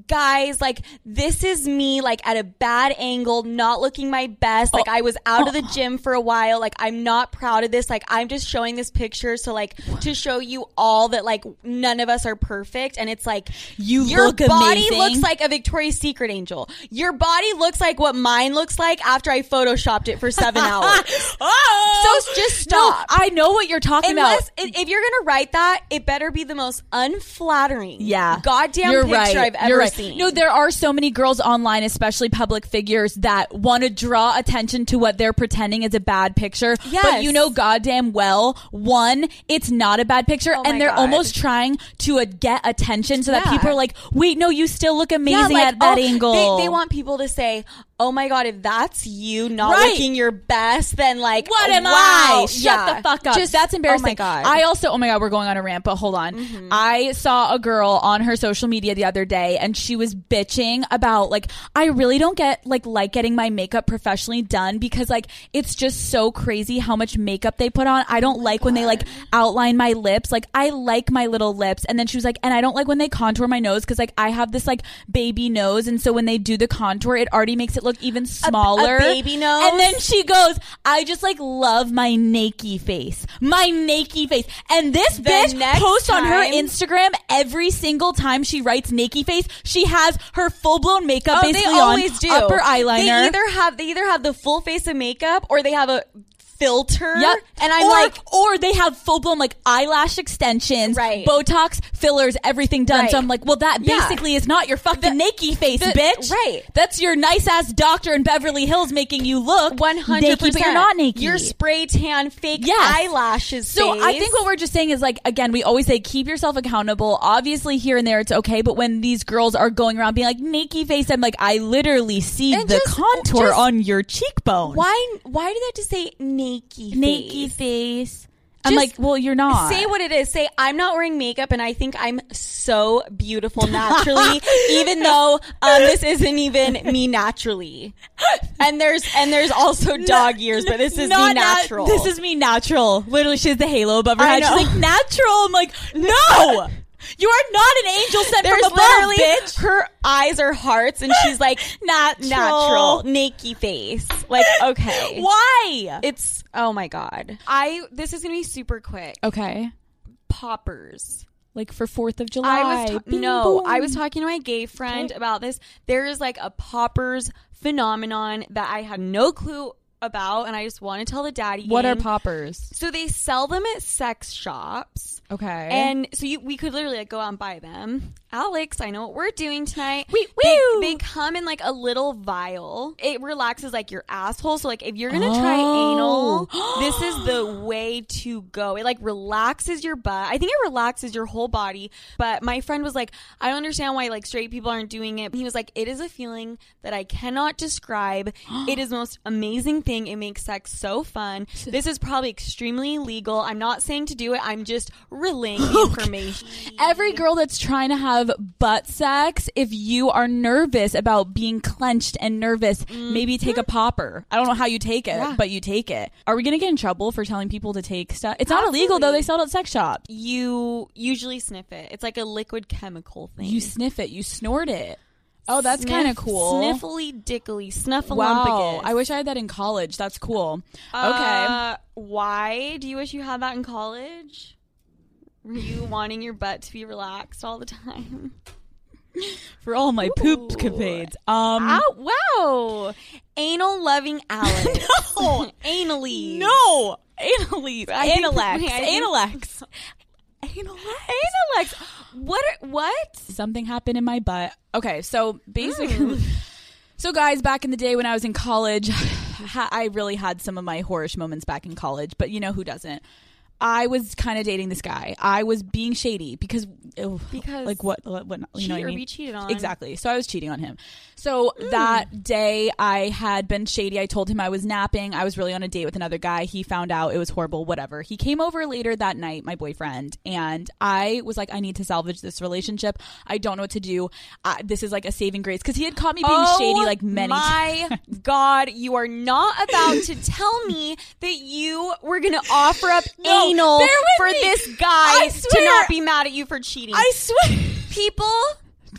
D: guys like this is me like at a bad angle not looking my best like i was out of the
E: Oh.
D: gym for a while like i'm not proud of this like i'm just showing this picture so like to show you all that like none of us are perfect and it's like
E: You
D: your
E: look
D: body
E: amazing.
D: looks like a Victoria's Secret angel. Your body looks like what mine looks like after I photoshopped it for seven hours.
E: oh,
D: So just stop.
E: I know what you're talking
D: Unless
E: about.
D: i- if you're gonna write that, it better be the most unflattering,
E: Yeah.
D: goddamn picture I've ever
E: You're right.
D: seen.
E: No, there are so many girls online, especially public figures, that want to draw attention to what they're pretending is a bad picture. But
D: Yes.
E: you know goddamn well, one, it's not a bad picture,
D: Oh my
E: and they're
D: God.
E: almost trying to uh, get attention so that
D: Yeah.
E: people are like, wait, no, you still look amazing
D: like,
E: at that
D: oh,
E: angle.
D: They, they want people to say, "Oh my god, if that's you not
E: Right.
D: looking your best, then like
E: What am
D: wow.
E: I? Shut
D: Yeah.
E: the fuck up.
D: Just
E: That's embarrassing.
D: Oh my god,
E: I also, oh my god, Mm-hmm. we're going on a rant, but hold on. I saw a girl on her social media the other day, and she was bitching about like I really don't get like like getting my makeup professionally done because like it's just so crazy how much makeup they put on. I don't like when they like outline my lips. Like I like my little lips, and then she was like, and I don't like when they contour my nose because like I have this like baby nose, and so when they do the contour, it already makes it look even smaller.
D: baby nose?
E: and then she goes, I just like love my nakey face. My nakey face. And this bitch
D: next
E: posts on her
D: time-
E: Instagram every single time she writes nakey face. She has her full blown makeup
D: Oh,
E: basically on, upper eyeliner.
D: They either have they either have the full face of makeup or they have a filter.
E: Yep.
D: And I'm
E: or,
D: like,
E: or they have full blown like eyelash extensions,
D: Right.
E: Botox, fillers, everything done. So
D: Right.
E: I'm like, well, that
D: Yeah.
E: basically is not your fucking naked face,
D: the-
E: bitch.
D: right.
E: That's your nice ass doctor in Beverly Hills making you look
D: one hundred
E: naked,
D: percent.
E: but you're not naked.
D: Your spray tan, fake
E: Yes.
D: eyelashes.
E: So I
D: phase.
E: think what we're just saying is like again, we always say keep yourself accountable. Obviously, here and there it's okay, but when these girls are going around being like naked face, I'm like, I literally see
D: And
E: the
D: just-
E: contour
D: just-
E: on your cheekbone.
D: why why do they have to say naked?
E: naked
D: face?
E: face? I'm
D: Just
E: like, well, you're not.
D: Say what it is. Say I'm not wearing makeup, and I think I'm so beautiful naturally, even though um, this isn't even me naturally. And there's and there's also dog ears, but this is me
E: Not nat-
D: natural.
E: this is me natural. Literally, she has the halo above her
D: I
E: head.
D: know.
E: She's like natural. I'm like, no, you are not an angel sent
D: there's
E: from above,
D: literally
E: bitch.
D: her eyes are hearts, and she's like
E: Natural.
D: natural naked face. Like okay,
E: Why?
D: It's oh my god. I this is gonna be super quick.
E: okay,
D: Poppers.
E: like for Fourth of July.
D: I was ta-
E: Bing,
D: no,
E: boom.
D: I was talking to my gay friend about this. There is like a poppers phenomenon that I had no clue about, and I just want to tell the daddy.
E: What are
D: gang.
E: poppers?
D: So they sell them at sex shops.
E: Okay,
D: And so you, we could literally like go out and buy them. Alex, I know what we're doing tonight.
E: Wee-
D: They,
E: woo.
D: they come in like a little vial. It relaxes like your asshole. So like if you're gonna try anal,
E: Oh.
D: this is the way to go. It like relaxes your butt. I think it relaxes your whole body. But my friend was like, I don't understand why like straight people aren't doing it. He was like, it is a feeling that I cannot describe. it is the most amazing thing. It makes sex so fun. This is probably extremely illegal. I'm not saying to do it. I'm just relaying the information.
E: Every girl that's trying to have butt sex, if you are nervous about being clenched and nervous, maybe take a popper. I don't know how you take it, but you take it. Are we going to get in trouble for telling people to take stuff? It's not illegal though. They sell it at sex shops.
D: You usually sniff it. It's like a liquid chemical thing.
E: You sniff it, you snort it. Oh, that's kind of
D: Sniff-
E: cool.
D: Sniffly dickly snuffleumpagus.
E: Wow. I wish I had that in college. That's cool. okay.
D: Uh, Why do you wish you had that in college? Were you wanting your butt to be relaxed all the time?
E: For all my poop capades. Um
D: Oh wow! Anal loving Alex. no, anally.
E: No.
D: think-
E: Analex. Analex.
D: I think-
E: Analex.
D: Analex. What? Are, what?
E: something happened in my butt. Okay, so basically,
D: Oh.
E: so guys, back in the day when I was in college, ha- I really had some of my horish moments back in college, but you know who doesn't? I was kind of dating this guy. I was being shady because, ew,
D: Because
E: like what, what, what you
D: cheat
E: know what I
D: or
E: mean?
D: be cheated on. Hmm.
E: exactly. So I was cheating on him. So that day, I had been shady. I told him I was napping. I was really on a date with another guy. He found out it was horrible. Whatever. He came over later that night, my boyfriend, and I was like, I need to salvage this relationship. I don't know what to do. I, this is like a saving grace because he had caught me being shady like many times.
D: Oh My God, you are not about to tell me that you were going to offer up
E: No,
D: anal
E: bear with
D: for
E: me.
D: this
E: I
D: guy to
E: swear.
D: not be mad at you for cheating.
E: I swear.
D: people,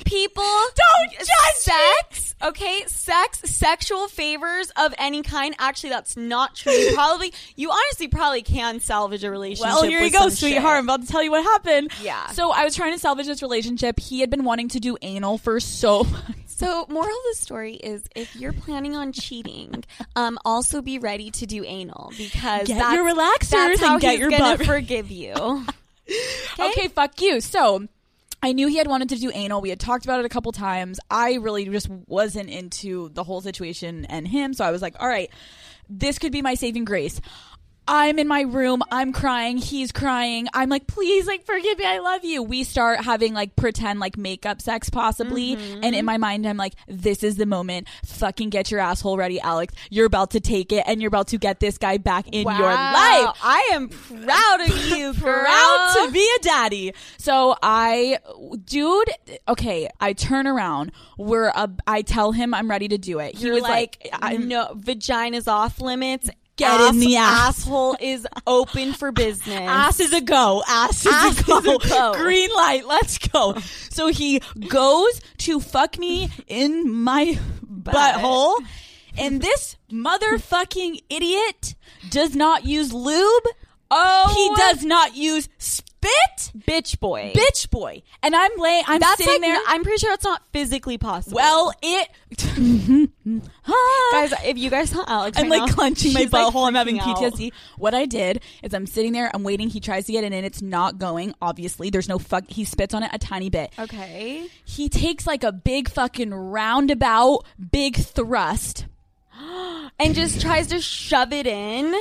D: people,
E: Don't judge
D: sex. Okay, sex, sexual favors of any kind. Actually, that's not true. You probably, you honestly probably can salvage a relationship.
E: Well, here you
D: with
E: go,
D: some
E: sweetheart. I'm
D: shit.
E: about to tell you what happened.
D: Yeah.
E: So I was trying to salvage this relationship. He had been wanting to do anal for so.
D: So, moral of the story is if you're planning on cheating, um, also be ready to do anal because
E: Get
D: that's,
E: your relaxers
D: that's how
E: and get
D: he's
E: your
D: gonna
E: butt-
D: forgive you.
E: okay. fuck you. So I knew he had wanted to do anal. We had talked about it a couple times. I really just wasn't into the whole situation and him. So I was like, all right, this could be my saving grace. I'm in my room. I'm crying. He's crying. I'm like, please, like, forgive me. I love you. We start having like pretend like makeup sex possibly. And in my mind, I'm like, this is the moment. Fucking get your asshole ready, Alex. You're about to take it and you're about to get this guy back in your life
D: Wow, I am proud of you, girl.
E: proud to be a daddy. So I, dude, okay, I turn around. We're, a, I tell him I'm ready to do it. He
D: You're
E: was
D: like,
E: like,
D: I no, vagina's off limits.
E: Get
D: ass,
E: in the ass.
D: asshole is open for business.
E: ass is a go. Ass is,
D: Ass
E: a, go.
D: is a go.
E: Green light. Let's go. So he goes to fuck me in my butthole. And this motherfucking idiot does not use lube. Oh, he does not use spit.
D: bitch boy.
E: Bitch boy. And I'm laying, I'm
D: That's
E: sitting
D: like,
E: there.
D: I'm pretty sure that's not physically possible.
E: Well, it.
D: guys, if you guys saw Alex,
E: Ah. I'm
D: right
E: like
D: now,
E: clenching my
D: she's, like,
E: butthole. I'm having
D: freaking out.
E: PTSD. What I did is I'm sitting there, I'm waiting. He tries to get it in, it's not going. Obviously, there's no fuck. He spits on it a tiny bit.
D: Okay.
E: He takes like a big fucking roundabout, big thrust.
D: And just tries to shove it in.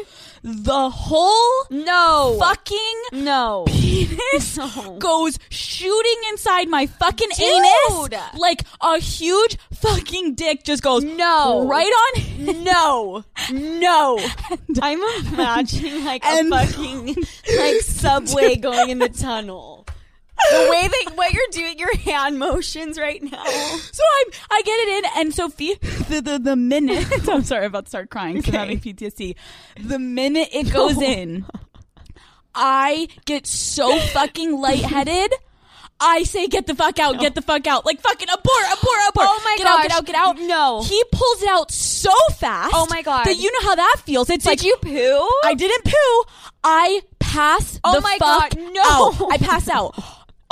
E: The whole
D: No.
E: fucking
D: No.
E: penis
D: No.
E: goes shooting inside my fucking
D: Dude.
E: anus like a huge fucking dick just goes
D: No.
E: right on
D: No. No. I'm imagining like a
E: And-
D: fucking like subway going in the tunnel. The way that what you're doing, your hand motions right now.
E: So I'm, I get it in, and Sophie, the the, the minute I'm sorry, I'm about to start crying because I'm having PTSD. The minute it goes in, I get so fucking lightheaded. I say, get the fuck out, get the fuck out, like fucking abort, abort, abort.
D: Oh my
E: get out, get
D: gosh.
E: out, get out.
D: No.
E: he pulls it out so fast.
D: Oh my God.
E: that you know how that feels. It's like
D: poo?
E: I didn't poo. I pass
D: Oh
E: the
D: my
E: fuck
D: God, no.
E: out. I pass out.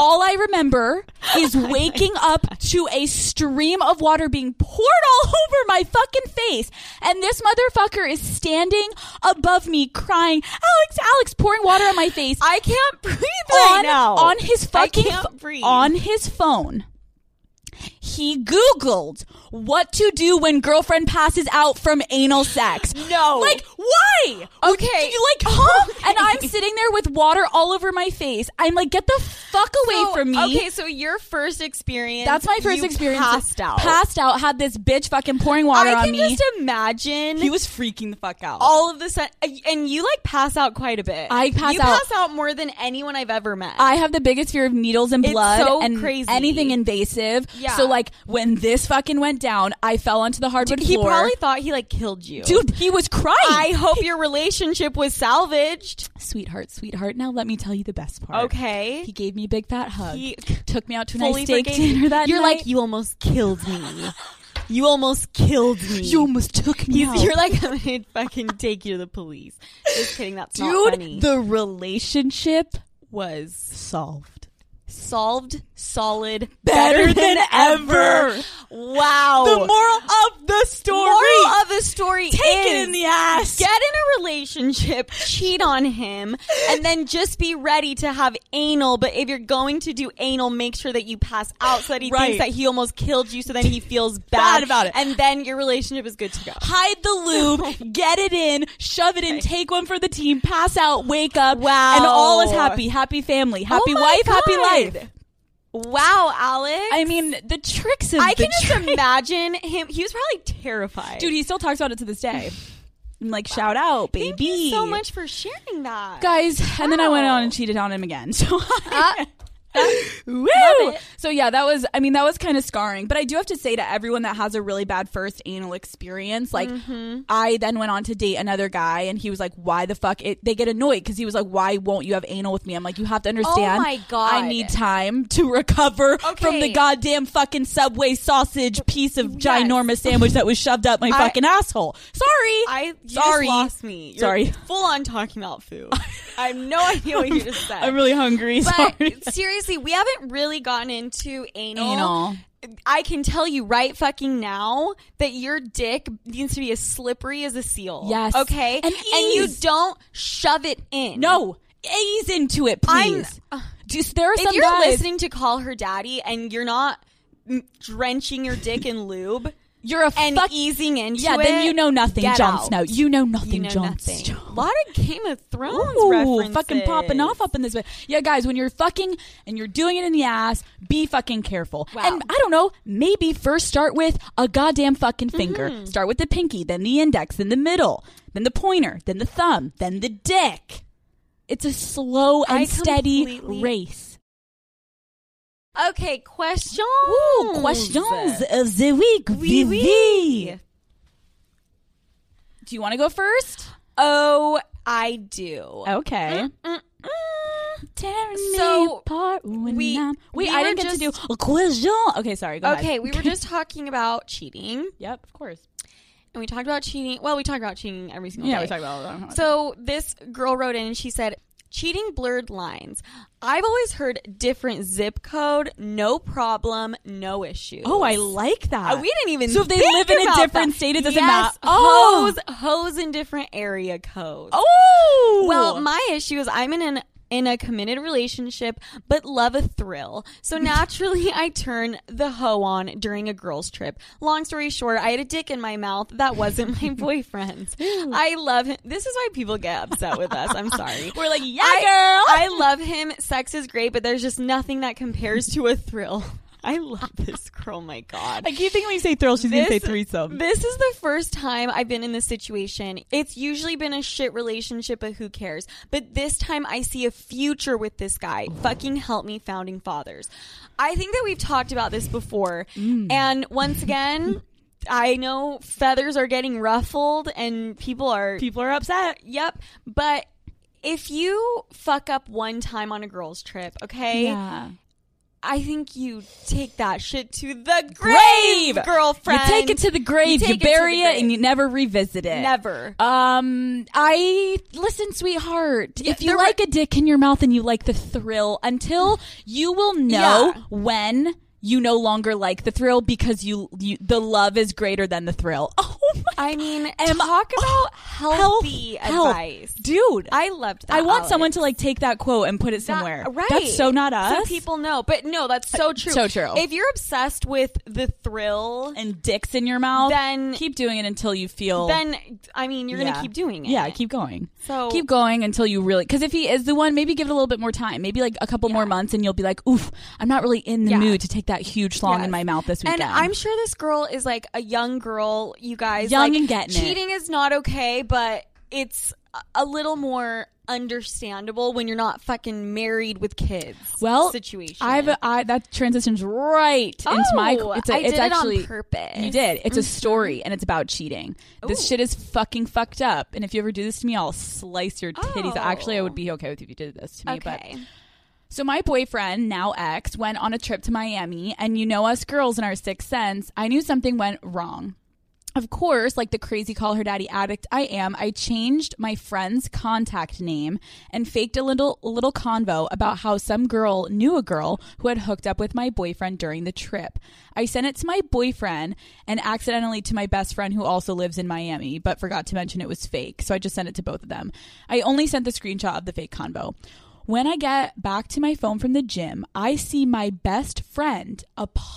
E: All I remember is waking up to a stream of water being poured all over my fucking face. And this motherfucker is standing above me crying, Alex, Alex, pouring water on my face.
D: I can't breathe right
E: on,
D: now.
E: on his fucking
D: I can't
E: ph-
D: breathe.
E: on his phone. He Googled what to do when girlfriend passes out from anal sex.
D: No.
E: Like, why?
D: Okay.
E: You like, huh? And I'm sitting there with water all over my face. I'm like, get the fuck away
D: So-
E: from me.
D: Okay, so your first experience.
E: That's my first
D: you
E: experience.
D: Passed out.
E: Passed out. Had this bitch fucking pouring water
D: I
E: on
D: can
E: me.
D: just imagine.
E: he was freaking the fuck out.
D: all of the sudden, and you like pass out quite a bit.
E: I pass
D: you
E: out.
D: pass out more than anyone I've ever met.
E: I have the biggest fear of needles and
D: It's
E: blood
D: so
E: and
D: crazy.
E: anything invasive.
D: Yeah.
E: So like when this fucking went down, I fell onto the hardwood
D: he
E: floor.
D: probably thought he like killed you,
E: Dude, he was crying.
D: I hope your relationship was salvaged.
E: sweetheart, sweetheart. Now let me tell you the best part.
D: Okay.
E: He gave me a big fat hug.
D: He-
E: took me out to a nice
D: Fully
E: steak
D: forgave
E: dinner
D: you.
E: that
D: You're
E: night.
D: like you almost killed me. You almost killed me.
E: you almost took me
D: He's-
E: out.
D: You're like I'm gonna fucking take you to the police. Just kidding. That's not funny.
E: Dude, the relationship
D: was
E: solved.
D: solved, solid,
E: Better than ever.
D: Wow.
E: The moral of the story.
D: Moral of the story
E: Take
D: is
E: it in the ass.
D: get in a relationship, cheat on him, and then just be ready to have anal. But if you're going to do anal, make sure that you pass out so that he thinks
E: Right.
D: that he almost killed you, so then he feels bad,
E: Bad about it.
D: and then your relationship is good to go.
E: hide the lube, get it in, shove it in, take one for the team, pass out, wake up.
D: Wow.
E: And all is happy. Happy family. Happy
D: Oh my
E: wife, happy
D: God.
E: life.
D: Wow, Alex.
E: I mean, the tricks of
D: I
E: the
D: can just
E: trade.
D: imagine him. He was probably terrified.
E: Dude, he still talks about it to this day. I'm like, shout out, baby.
D: thank you so much for sharing that.
E: Guys, and then I went
D: Wow.
E: on and cheated on him again. So
D: Ah,
E: Woo!
D: Oh. Love it.
E: So yeah, that was I mean that was kind of scarring, but I do have to say to everyone that has a really bad first anal experience, like
D: Mm-hmm.
E: I then went on to date another guy and he was like, "Why the fuck?" It, they get annoyed cuz he was like, "Why won't you have anal with me?" I'm like, "You have to understand.
D: Oh my God.
E: I need time to recover from the
D: Okay.
E: goddamn fucking Subway sausage piece of ginormous sandwich that was shoved up my fucking asshole." Sorry.
D: I you just
E: Sorry.
D: lost me. You're
E: Sorry.
D: full on talking about food. I have no idea what you just said.
E: I'm really hungry.
D: but
E: Sorry.
D: seriously, we haven't really gotten into anal.
E: Anal.
D: I can tell you right fucking now that your dick needs to be as slippery as a seal.
E: Yes.
D: Okay.
E: And
D: you
E: ease.
D: don't shove it in.
E: No, ease into it,
D: I'm- uh,
E: please. Just, there are
D: If
E: some
D: you're
E: guys-
D: listening to call her daddy and you're not mm, drenching your dick in lube
E: You're a
D: and
E: fuck.
D: easing into
E: yeah,
D: it,
E: then you know nothing,
D: get
E: Jon
D: out.
E: Snow. You know nothing,
D: You know
E: Jon
D: nothing.
E: Snow.
D: A lot of Game of Thrones
E: Ooh,
D: references.
E: fucking popping off up in this bit. Yeah, guys, when you're fucking and you're doing it in the ass, be fucking careful.
D: Wow.
E: And I don't know, maybe first start with a goddamn fucking finger.
D: Mm-hmm.
E: Start with the pinky, then the index, then the middle, then the pointer, then the thumb, then the dick. It's a slow and
D: I
E: steady
D: completely-
E: race.
D: Okay, questions.
E: Ooh, questions of the week.
D: Wee
E: Vivi.
D: wee.
E: Do you want to go first?
D: Oh, I do.
E: Okay. Tearing
D: Mm-hmm. So,
E: apart when
D: we-
E: Wait,
D: we
E: I
D: were
E: didn't get to do
D: just-
E: a question. Okay, sorry. Go
D: Okay,
E: ahead.
D: we were just talking about cheating,
E: Yep, of course.
D: and we talked about cheating. Well, we talk about cheating every single
E: Yeah,
D: day.
E: we talked about all that.
D: So this girl wrote in and she said, Cheating blurred lines. I've always heard different zip code, no problem, no issue.
E: Oh, I like that.
D: Uh, we didn't even.
E: So if they
D: think
E: live in a
D: about
E: different
D: that.
E: state, it doesn't
D: yes,
E: matter.
D: Hoes, hoes in different area codes.
E: Oh.
D: Well, my issue is I'm in an in a committed relationship, but love a thrill. So naturally, I turn the hoe on during a girls' trip. Long story short, I had a dick in my mouth that wasn't my boyfriend's. I love him. This is why people get upset with us. I'm sorry.
E: we're like, yeah,
D: I, I love him. Sex is great, but there's just nothing that compares to a thrill. I love this girl. My God.
E: I keep thinking when you say thrill, she's
D: This- This is the first time I've been in this situation. It's usually been a shit relationship, but who cares? But this time I see a future with this guy. Fucking help me, founding fathers. I think that we've talked about this before.
E: Mm.
D: And once again, I know feathers are getting ruffled and people are
E: People are upset.
D: Yep. But if you fuck up one time on a girls' trip, okay?
E: Yeah.
D: I think you take that shit to the grave,
E: Grave!
D: girlfriend.
E: You take it to the grave,
D: You
E: you,
D: take it to
E: bury
D: the
E: it,
D: grave.
E: and you never revisit it.
D: Never.
E: Um, I listen, sweetheart. if you
D: there
E: like a dick in your mouth and you like the thrill, until you will know
D: Yeah.
E: when you no longer like the thrill because you, you the love is greater than the thrill. Oh my!
D: I mean,
E: Am-
D: talk
E: oh,
D: about healthy
E: health,
D: advice.
E: dude. I,
D: I loved that.
E: I want
D: Alex.
E: someone to like take that quote and put it
D: That-
E: somewhere.
D: right.
E: That's so not us. Uh,
D: So people know. But no, that's so true.
E: so true.
D: If you're obsessed with the thrill,
E: and dicks in your mouth.
D: Then-
E: keep doing it until you feel.
D: then, I mean, you're going to
E: Yeah.
D: keep doing it.
E: Yeah, keep going.
D: So-
E: keep going until you really because if he is the one, maybe give it a little bit more time. Maybe like a couple more months, and you'll be like, "Oof, I'm not really in the
D: Yeah.
E: mood to take that huge slong
D: Yes.
E: in my mouth this weekend."
D: And I'm sure this girl is like a young girl, you guys.
E: Young
D: like,
E: and getting it.
D: Cheating is not okay, but it's a- a little more understandable when you're not fucking married with kids.
E: well
D: situation.
E: I've I, that transitions right into my.
D: Oh,
E: It's a,
D: I
E: it's
D: did it on
E: actually
D: purpose. Mm-hmm.
E: You did. It's a story, and it's about cheating. This shit is fucking fucked up. And if you ever do this to me, I'll slice your titties.
D: Oh.
E: Actually, I would be okay with you if you did this to me, but
D: okay.
E: So my boyfriend, now ex, went on a trip to Miami, and you know us girls in our sixth sense, I knew something went wrong. Of course, like the crazy call her daddy addict I am, I changed my friend's contact name and faked a little a little convo about how some girl knew a girl who had hooked up with my boyfriend during the trip. I sent it to my boyfriend and accidentally to my best friend who also lives in Miami, but forgot to mention it was fake, so I just sent it to both of them. I only sent the screenshot of the fake convo. When I get back to my phone from the gym, I see my best friend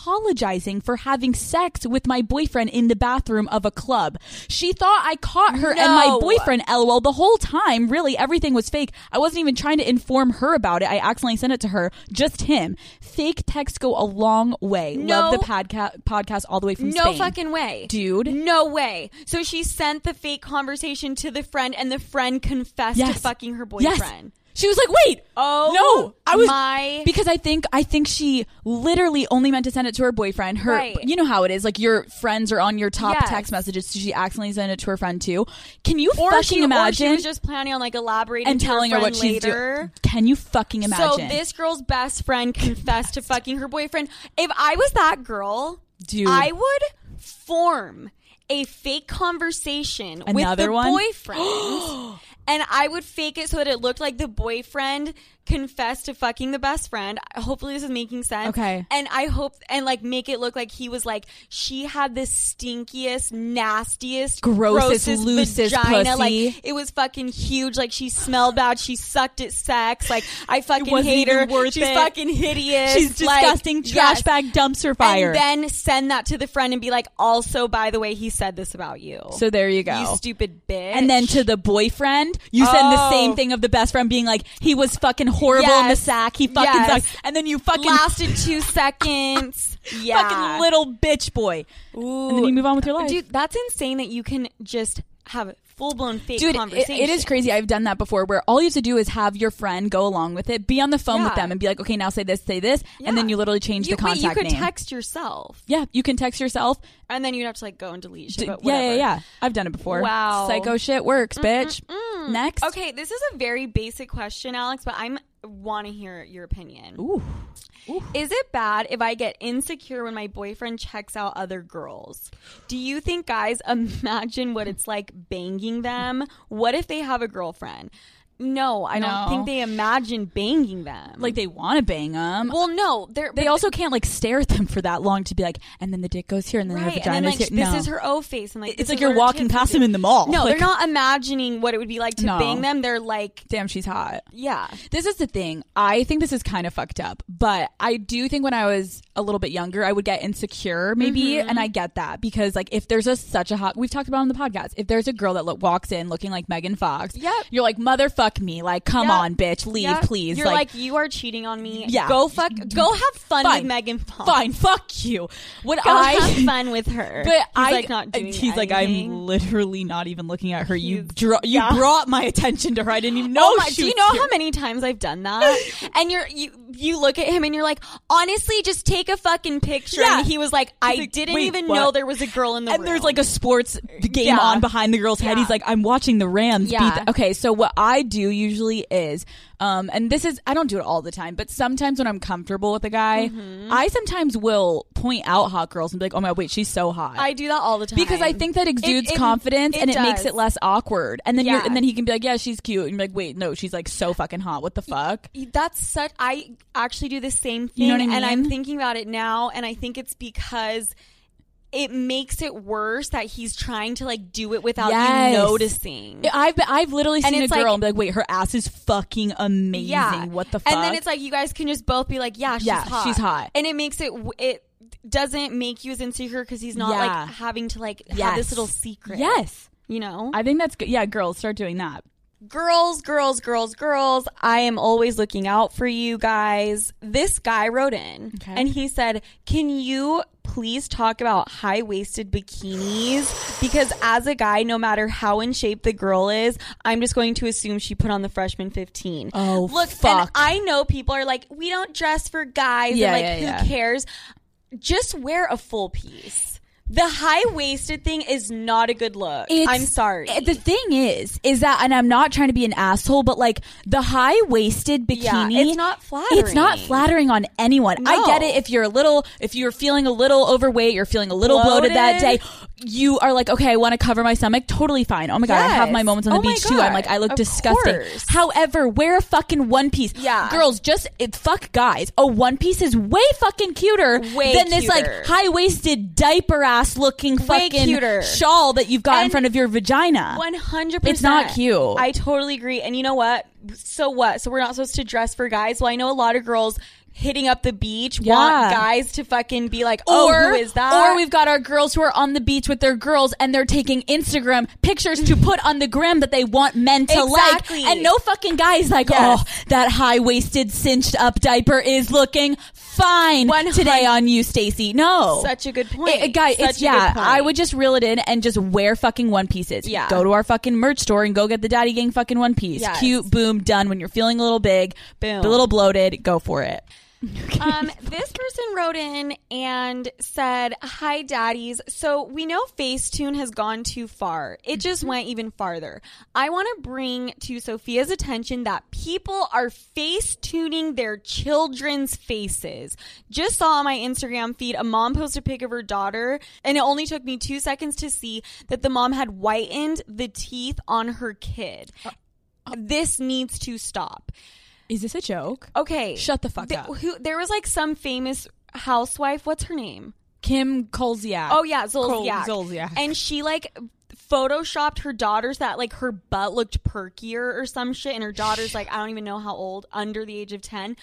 E: apologizing for having sex with my boyfriend in the bathroom of a club. She thought I caught her and my
D: No.
E: boyfriend, lol, the whole time. Really, everything was fake. I wasn't even trying to inform her about it. I accidentally sent it to her, just him. Fake texts go a long way. Love
D: No.
E: the podca- podcast all the way from
D: No
E: Spain.
D: fucking way.
E: Dude.
D: No way. So she sent the fake conversation to the friend and the friend confessed to
E: Yes.
D: fucking her
E: Yes.
D: boyfriend.
E: She was like, "Wait,
D: Oh
E: no, I was
D: my-
E: because I think I think she literally only meant to send it to her boyfriend. Her,
D: Right.
E: you know how it is, like your friends are on your top
D: Yes.
E: text messages, so she accidentally sent it to her friend too. Can you
D: Or
E: fucking
D: she,
E: imagine?
D: or she was just planning on like elaborating
E: and
D: to her
E: telling her what
D: friend
E: she's doing.
D: later.
E: Can you fucking imagine?
D: So this girl's best friend confessed to fucking her boyfriend. If I was that girl,
E: Dude.
D: I would form a fake conversation
E: Another
D: with the
E: one?
D: boyfriend. And I would fake it so that it looked like the boyfriend confessed to fucking the best friend. Hopefully, this is making sense.
E: Okay.
D: And I hope, and like make it look like he was like, she had the stinkiest, nastiest,
E: Grossest, loosest
D: vagina. Like,
E: pussy.
D: it was fucking huge. Like she smelled bad. She sucked at sex. Like I fucking
E: wasn't
D: hate her.
E: even worth
D: She's
E: it.
D: fucking hideous.
E: she's
D: Like,
E: disgusting trash
D: yes.
E: bag dumpster fire.
D: And then send that to the friend and be like, also, by the way, he said this about you.
E: so there you go.
D: you stupid bitch.
E: and then to the boyfriend, you send the
D: Oh.
E: same thing of the best friend being like, he was fucking horrible in the
D: Yes.
E: sack. He fucking
D: Yes.
E: sucks. And then you fucking
D: lasted two seconds. Yeah,
E: fucking little bitch boy. And then you move on with your life.
D: dude. That's insane that you can just have full blown fake
E: Dude, it,
D: conversation.
E: it is crazy. I've done that before where all you have to do is have your friend go along with it, be on the phone with
D: Yeah.
E: them and be like, okay, now say this, say this.
D: Yeah.
E: And then you literally change
D: You-
E: the
D: wait,
E: contact
D: you could
E: name.
D: text yourself,
E: yeah, you can text yourself.
D: and then you'd have to like go and delete.
E: D-
D: Shit, but
E: yeah, yeah,
D: whatever.
E: yeah. I've done it before.
D: Wow. Mm-hmm, mm.
E: Psycho shit works, bitch. Next.
D: Okay, this is a very basic question, Alex, but I'm want to hear your opinion.
E: Ooh.
D: Is it bad if I get insecure when my boyfriend checks out other girls? Do you think guys imagine what it's like banging them? What if they have a girlfriend? No, I
E: No.
D: don't think they imagine banging them.
E: Like they want to bang them.
D: well, no, they're
E: they also can't like stare at them for that long to be like, and then the dick goes here, and then
D: right.
E: her
D: And
E: vagina
D: then, like
E: here.
D: this
E: No.
D: is her O face, and like this
E: it's like
D: is
E: you're
D: what her
E: walking
D: tits
E: past
D: look
E: them in the mall.
D: like. No,
E: Like,
D: they're not imagining what it would be like to
E: No.
D: bang them. They're like,
E: Damn, she's hot.
D: yeah,
E: This is the thing. I think this is kind of fucked up, but I do think when I was a little bit younger, I would get insecure, maybe,
D: Mm-hmm.
E: and I get that because, like, if there's a such a hot, we've talked about it on the podcast. If there's a girl that lo- walks in looking like Megan Fox,
D: Yep.
E: you're like, motherfuck me, like, come
D: Yep.
E: on, bitch, leave,
D: yeah.
E: please.
D: You're like, you are cheating on me.
E: Yeah.
D: go fuck, go have fun
E: Fine.
D: with Megan Fox.
E: fine, fuck you. Would
D: go
E: I
D: have fun with her.
E: But
D: he's
E: I,
D: like not doing.
E: he's like, I'm
D: anything.
E: literally not even looking at her. You
D: He's-
E: dro- you
D: yeah.
E: brought my attention to her. I didn't even know.
D: Oh my,
E: she
D: do you
E: was
D: know
E: here.
D: how many times I've done that? And you're you you look at him and you're like, honestly, just take a fucking picture.
E: Yeah.
D: And he was like, I
E: like,
D: didn't
E: wait,
D: even
E: what?
D: know there was a girl in the
E: and
D: room.
E: there's like a sports game
D: Yeah.
E: on behind the girl's head.
D: Yeah.
E: He's like, I'm watching the Rams.
D: Yeah.
E: Beat the-" okay, so what I do usually is, um, and this is I don't do it all the time, but sometimes when I'm comfortable with a guy,
D: Mm-hmm.
E: I sometimes will point out hot girls and be like, Oh my, wait, she's so hot.
D: I do that all the time
E: because I think that exudes
D: it-
E: confidence
D: it
E: and it makes
D: does.
E: it less awkward. And then you're,
D: Yeah.
E: and then he can be like, yeah, she's cute. And you're like, wait, no, she's like so fucking hot. What the fuck?
D: that's such. I actually do the same thing,
E: You know what I
D: and I'm
E: mean?
D: thinking about it now, and I think it's because. It makes it worse that he's trying to like do it without
E: Yes.
D: you noticing.
E: I've been, I've literally
D: And
E: seen a
D: it's
E: girl
D: like-
E: and be like, wait, her ass is fucking amazing. What the fuck?
D: And then it's like you guys can just both be like, yeah, she's
E: Yeah,
D: hot.
E: she's hot.
D: And it makes it w- it doesn't make you as insecure because he's not
E: Yeah.
D: like having to like have this little secret.
E: Yes.
D: you know,
E: I think that's good. Yeah, girls, start doing that.
D: girls, girls, girls, girls. I am always looking out for you guys. This guy wrote in
E: Okay.
D: and he said, "Can you?" Please talk about high waisted bikinis because, as a guy, no matter how in shape the girl is, I'm just going to assume she put on the freshman 15.
E: Oh,
D: Look, and
E: fuck.
D: I know people are like, we don't dress for guys. and
E: Yeah,
D: like,
E: yeah,
D: who
E: yeah.
D: cares? Just wear a full piece. The high waisted thing is not a good look. I'm sorry.
E: it- eh, The thing is, is that, and I'm not trying to be an asshole, but like the high waisted bikini,
D: Yeah, it's not flattering.
E: It's not flattering on anyone. I
D: No.
E: get it if you're a little, if you're feeling a little overweight, you're feeling a little bloated, that day.
D: Bloated.
E: You are like, okay, I want to cover my stomach. Totally fine. Oh my god, I have
D: Yes.
E: my moments on the
D: Oh my
E: beach too. I'm
D: God.
E: like, I look
D: Of
E: disgusting.
D: course.
E: However, wear a fucking one piece.
D: Yeah.
E: girls, just it, fuck guys. A one piece is way fucking cuter
D: Way
E: than this like
D: cuter.
E: high waisted diaper ass looking
D: Way
E: fucking
D: cuter.
E: shawl that you've got in
D: And-
E: front of your vagina.
D: One hundred percent.
E: It's not cute.
D: I totally agree. And you know what? So what? So we're not supposed to dress for guys. Well, I know a lot of girls hitting up the beach
E: Yeah.
D: want guys to fucking be like, oh, who is that?
E: Or we've got our girls who are on the beach with their girls and they're taking Instagram pictures to put on the gram that they want men to
D: Exactly.
E: like. And no fucking guys like,
D: Yes.
E: oh, that high waisted cinched up diaper is looking fine
D: One hun-
E: today on you, Stacy. No.
D: Such a good point.
E: It- guy,
D: Such
E: it's
D: a
E: yeah.
D: good point.
E: I would just reel it in and just wear fucking one pieces.
D: Yeah.
E: Go to our fucking merch store and go get the Daddy Gang fucking one piece.
D: Yes.
E: Cute, boom, done. When you're feeling a little big,
D: Boom.
E: a little bloated, go for it.
D: Um, this person wrote in and said, Hi, daddies. So we know Facetune has gone too far. It just went even farther. I want to bring to Sophia's attention that people are Facetuning their children's faces. Just saw on my Instagram feed a mom post a pic of her daughter, and it only took me two seconds to see that the mom had whitened the teeth on her kid. This needs to stop.
E: Is this a joke?
D: Okay.
E: Shut the fuck
D: Th-
E: up.
D: Who there was like some famous housewife, what's her name?
E: Kim Kolziak.
D: Oh yeah, Zolziak.
E: Zolciak.
D: And she like photoshopped her daughter's that like her butt looked perkier or some shit and her daughter's like I don't even know how old, under the age of 10.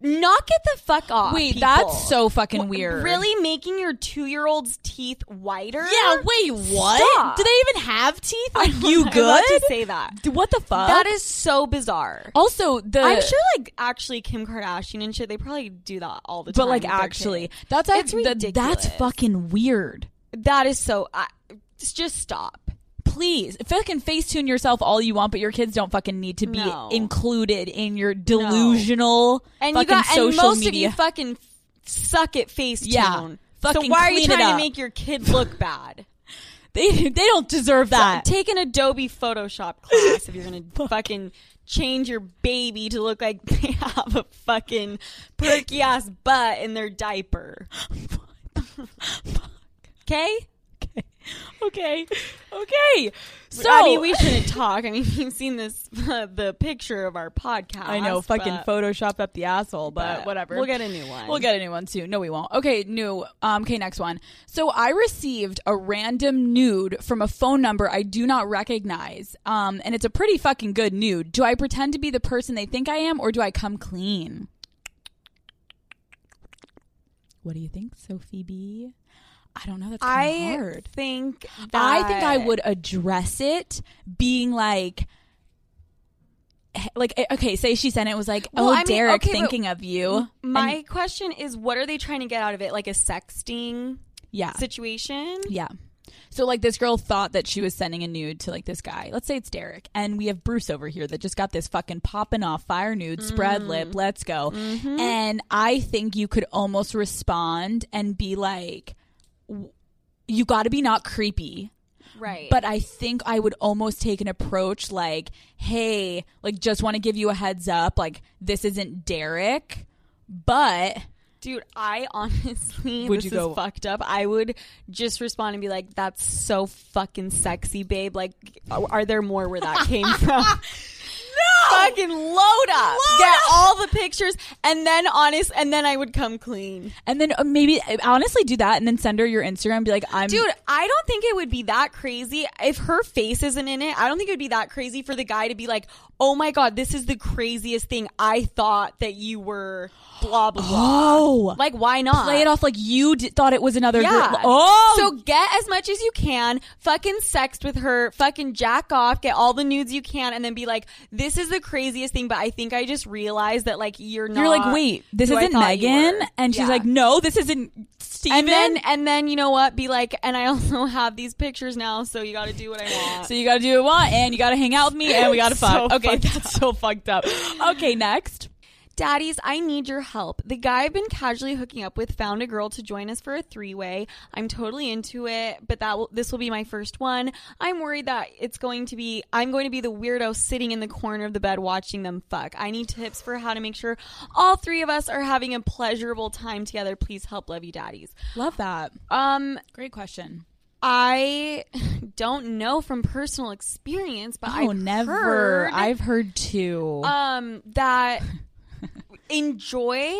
D: Knock it the fuck off.
E: Uh, Wait,
D: people.
E: that's so fucking
D: W-
E: weird.
D: Really making your 2-year-old's teeth whiter?
E: Yeah, wait, what?
D: Stop.
E: Do they even have teeth? Are
D: I don't
E: you
D: know. I'm
E: good?
D: about to say that.
E: D- What the fuck?
D: That is so bizarre.
E: also the
D: I'm sure, like actually Kim Kardashian and shit, they probably do that all the time.
E: but like
D: with their
E: actually
D: kids.
E: that's
D: It's
E: act- th- that's
D: ridiculous.
E: fucking weird.
D: That is so. I, just stop.
E: Please, fucking facetune yourself all you want, but your kids don't fucking need to be
D: No.
E: included in your delusional
D: And you
E: fucking
D: got and
E: social
D: most
E: media.
D: of you fucking suck at face
E: Yeah.
D: tune. so
E: Fucking
D: why are you
E: clean it
D: trying
E: up.
D: to make your kid look bad?
E: they they don't deserve that.
D: Take an Adobe Photoshop class if you're gonna fucking change your baby to look like they have a fucking perky ass butt in their diaper. Okay.
E: Okay. okay. Okay. So
D: I mean, we shouldn't talk. I mean, you've seen this uh, the picture of our podcast.
E: I know, fucking
D: but-
E: photoshopped up the asshole, but,
D: but
E: whatever.
D: We'll get a new one.
E: We'll get a new one soon. No, we won't. Okay, new. Um, okay, next one. So I received a random nude from a phone number I do not recognize. Um, and it's a pretty fucking good nude. Do I pretend to be the person they think I am, or do I come clean? What do you think, Sophie B? I don't know. That's kind
D: I
E: hard.
D: think
E: I think I
D: that-
E: would address it being like eh, like okay, say she sent it was like,
D: Well,
E: "Oh,
D: I mean,
E: Derek,
D: okay, but
E: thinking of you."
D: My question is, what are they trying to get out of it? Like a sexting
E: Yeah.
D: situation?
E: Yeah. So like this girl thought that she was sending a nude to like this guy. Let's say it's Derek, and we have Bruce over here that just got this fucking popping off fire nude, spread lip, let's go. And I think you could almost respond and be like, w- "You got to be not creepy."
D: Right.
E: But I think I would almost take an approach like, hey, like just want to give you a heads up, like this isn't Derek, but
D: dude, I honestly
E: Would
D: this
E: you
D: is
E: go-
D: fucked up. I would just respond and be like, "That's so fucking sexy, babe." Like, are there more where that came from? No! Fucking load up. Get all the pictures and then honest and then I would come clean.
E: and then uh, maybe honestly do that and then send her your Instagram and be like, I'm
D: Dude, I don't think it would be that crazy if her face isn't in it. I don't think it would be that crazy for the guy to be like, "Oh my god, this is the craziest thing. I thought that you were blah blah blah."
E: Oh,
D: Like, why not?
E: play it off like you d- thought it was another
D: Yeah.
E: girl. Oh,
D: So get as much as you can, fucking sext with her, fucking jack off, get all the nudes you can, and then be like, this is the craziest thing, but I think I just realized that like you're not
E: you're like, wait, this
D: who I
E: isn't
D: thought you
E: Megan,
D: were."
E: and she's
D: Yeah.
E: like, no, this isn't Steven.
D: and then and then you know what? Be like, and I also have these pictures now, so you gotta do what I want.
E: so you gotta do what you want, and you gotta hang out with me, and we gotta
D: So
E: fuck. okay,
D: fucked
E: that's so fucked up. Okay, next.
D: Daddies, I need your help. The guy I've been casually hooking up with found a girl to join us for a three-way. I'm totally into it, but that will, this will be my first one. I'm worried that it's going to be I'm going to be the weirdo sitting in the corner of the bed watching them fuck. I need tips for how to make sure all three of us are having a pleasurable time together. Please help, love you, daddies.
E: Love that.
D: Um,
E: Great question.
D: I don't know from personal experience, but
E: Oh,
D: I've
E: never.
D: heard-
E: I've heard Uh, two.
D: um that enjoy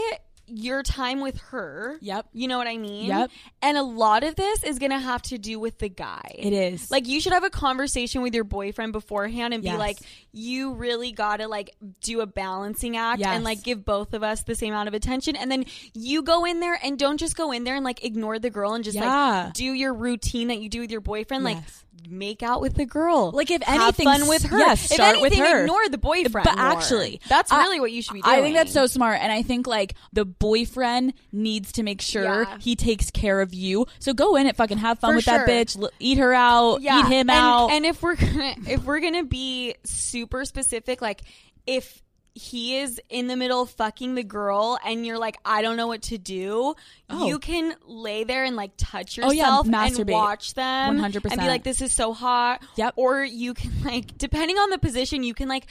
D: your time with her.
E: Yep.
D: You know what I mean?
E: Yep.
D: And a lot of this is going to have to do with the guy.
E: It is.
D: Like you should have a conversation with your boyfriend beforehand and
E: Yes.
D: be like you really got to like do a balancing act
E: Yes.
D: and like give both of us the same amount of attention and then you go in there and don't just go in there and like ignore the girl and just
E: Yeah.
D: like do your routine that you do with your boyfriend
E: Yes.
D: like make out with the girl.
E: Like, if
D: Have
E: anything,
D: fun with her.
E: yes,
D: if
E: start with
D: anything,
E: her.
D: ignore the boyfriend.
E: But
D: more.
E: actually,
D: that's
E: I-
D: really what you should be doing.
E: I think that's so smart. And I think like the boyfriend needs to make sure
D: Yeah.
E: he takes care of you. So go in and fucking have fun
D: For
E: with
D: sure.
E: that bitch. L- eat her out.
D: yeah.
E: Eat
D: and,
E: him out.
D: And if we're gonna, if we're gonna be super specific, like if he is in the middle of fucking the girl and you're like I don't know what to do,
E: Oh.
D: you can lay there and like touch
E: Oh, yeah,
D: yourself and
E: masturbate.
D: watch them
E: 100%.
D: and be like this is so hot.
E: Yep.
D: Or you can like depending on the position, you can like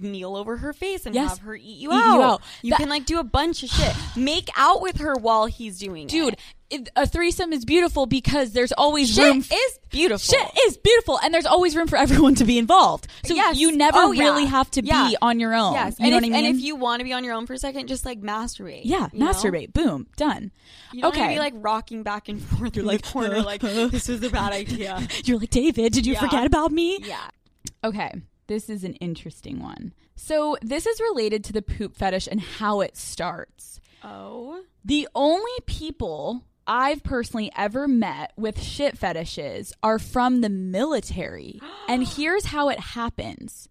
D: kneel over her face and
E: Yes.
D: have her eat you
E: Eat you
D: out.
E: out.
D: You
E: That-
D: can like do a bunch of shit. Make out with her while he's doing it.
E: Dude, it, a threesome is beautiful because there's always
D: Shit
E: room. f-
D: is beautiful.
E: Shit is beautiful, and there's always room for everyone to be involved. So
D: Yes.
E: you never
D: Oh, yeah.
E: really have to
D: Yeah.
E: be on your own.
D: Yes.
E: you
D: and
E: know
D: if,
E: what I mean.
D: And if you want to be on your own for a second, just like masturbate.
E: yeah,
D: you know?
E: masturbate. Boom, done.
D: You don't
E: okay,
D: wanna be like rocking back and forth. You're like corner, like this is a bad idea.
E: you're like David. Did you
D: Yeah.
E: forget about me?
D: yeah.
E: Okay, this is an interesting one. So, this is related to the poop fetish and how it starts.
D: Oh.
E: The only people I've personally ever met with shit fetishes are from the military. and here's how it happens.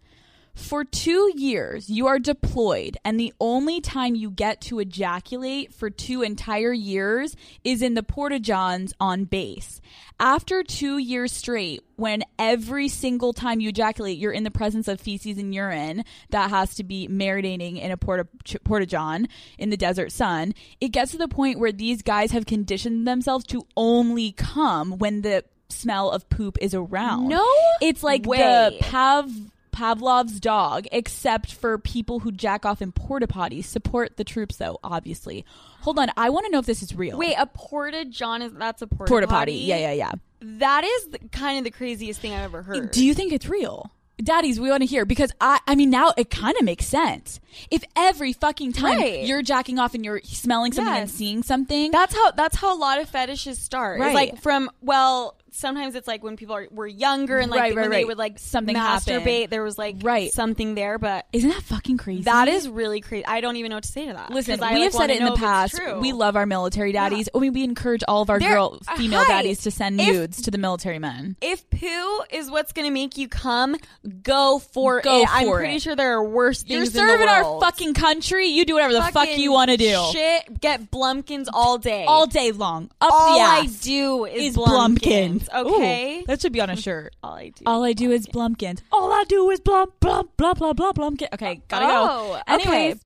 E: For two years, you are deployed, and the only time you get to ejaculate for two entire years is in the porta johns on base. After two years straight, when every single time you ejaculate, you're in the presence of feces and urine that has to be marinating in a porta porta john in the desert sun, it gets to the point where these guys have conditioned themselves to only come when the smell of poop is around.
D: No
E: it's like the
D: way.
E: Pav Pavlov's dog, except for people who jack off in porta potties. Support the troops, though. Obviously, hold on. I want to know if this is real.
D: Wait, a porta john is that's a porta,
E: porta potty. Yeah, yeah, yeah.
D: That is the, kind of the craziest thing I've ever heard.
E: Do you think it's real? Daddies, we want to hear because I I mean now it kind of makes sense. If every fucking time
D: Right.
E: you're jacking off and you're smelling something and
D: Yes.
E: seeing something,
D: That's how that's how a lot of fetishes start. It's
E: Right.
D: like from well, sometimes it's like when people are, were younger and like
E: Right,
D: when
E: right,
D: they
E: right.
D: would like
E: Something
D: masturbate.
E: happened.
D: There was like
E: Right.
D: something there, but
E: isn't that fucking crazy?
D: that is really crazy. I don't even know what to say to that.
E: Listen,
D: 'Cause I,
E: we
D: like,
E: have said
D: wanna
E: it in the
D: know if it's
E: past.
D: true.
E: We love our military daddies. I mean, we encourage all of our
D: They're-
E: girl female
D: Hi.
E: daddies to send
D: If-
E: nudes to the military men.
D: if poo is what's going to make you come, go for
E: Go
D: it. I'm
E: for
D: pretty
E: it.
D: sure there are worse
E: You're
D: things. in the
E: serving our
D: world.
E: fucking country. You do whatever the fuck
D: Fucking
E: you want to do
D: Shit, get Blumpkins all day.
E: all day long. Up
D: All
E: the
D: I
E: ass
D: do is,
E: is
D: Blumpkins.
E: blumpkins.
D: Okay,
E: Ooh, that should be on a shirt.
D: all I do.
E: All I do is blumpkins. All I do is blump blump blah blah blah blumpkin. Okay, gotta
D: oh,
E: go. Anyways,
D: okay.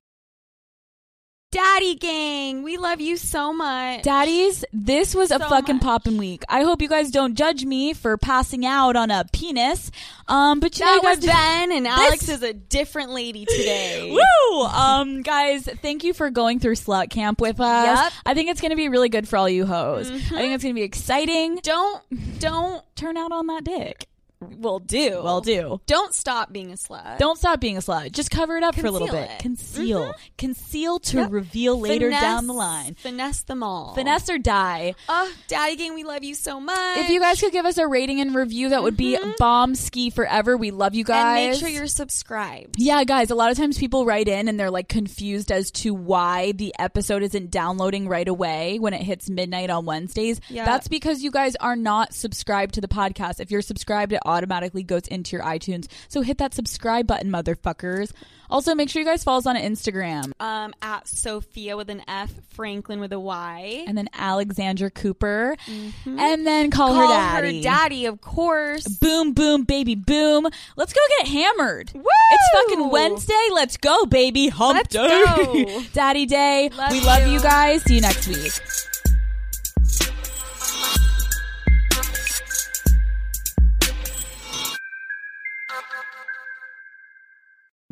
D: Daddy gang, we love you so much.
E: Daddies, this was a
D: So
E: fucking
D: much.
E: poppin' week. I hope you guys don't judge me for passing out on a penis. Um, but you know,
D: that
E: you guys
D: was Ben, and Alex
E: This-
D: is a different lady today.
E: Woo! Um, guys, thank you for going through slut camp with us.
D: Yep.
E: I think it's gonna be really good for all you hoes. I think it's gonna be exciting.
D: Don't don't
E: Turn out on that dick.
D: will do.
E: Well, do.
D: Don't stop being a slut.
E: Don't stop being a slut. Just cover it Mm-hmm. up for a little
D: Conceal
E: bit.
D: it.
E: Conceal. Conceal to reveal later
D: Finesse-
E: down the line.
D: Finesse them all.
E: Finesse or die.
D: Oh, Daddy gang, we love you so much.
E: If you guys could give us a rating and review, that would be bomb ski forever. We love you
D: and
E: guys.
D: make sure you're subscribed.
E: Yeah, guys, a lot of times people write in and they're like confused as to why the episode isn't downloading right away when it hits midnight on Wednesdays.
D: Yeah.
E: That's because you guys are not subscribed to the podcast. If you're subscribed, it automatically goes into your iTunes. So hit that subscribe button, motherfuckers. Also, make sure you guys follow us on Instagram.
D: Um, at Sophia with an F, Franklin with a Y.
E: And then Alexandra Cooper. And then call,
D: Mm-hmm. Call
E: her daddy.
D: her daddy, of course.
E: Boom, boom, baby, boom. Let's go get hammered. Woo! It's fucking Wednesday. Let's go, baby. Hump
D: Let's
E: day.
D: go.
E: Daddy day.
D: Love
E: we love
D: you.
E: you guys. See you next week.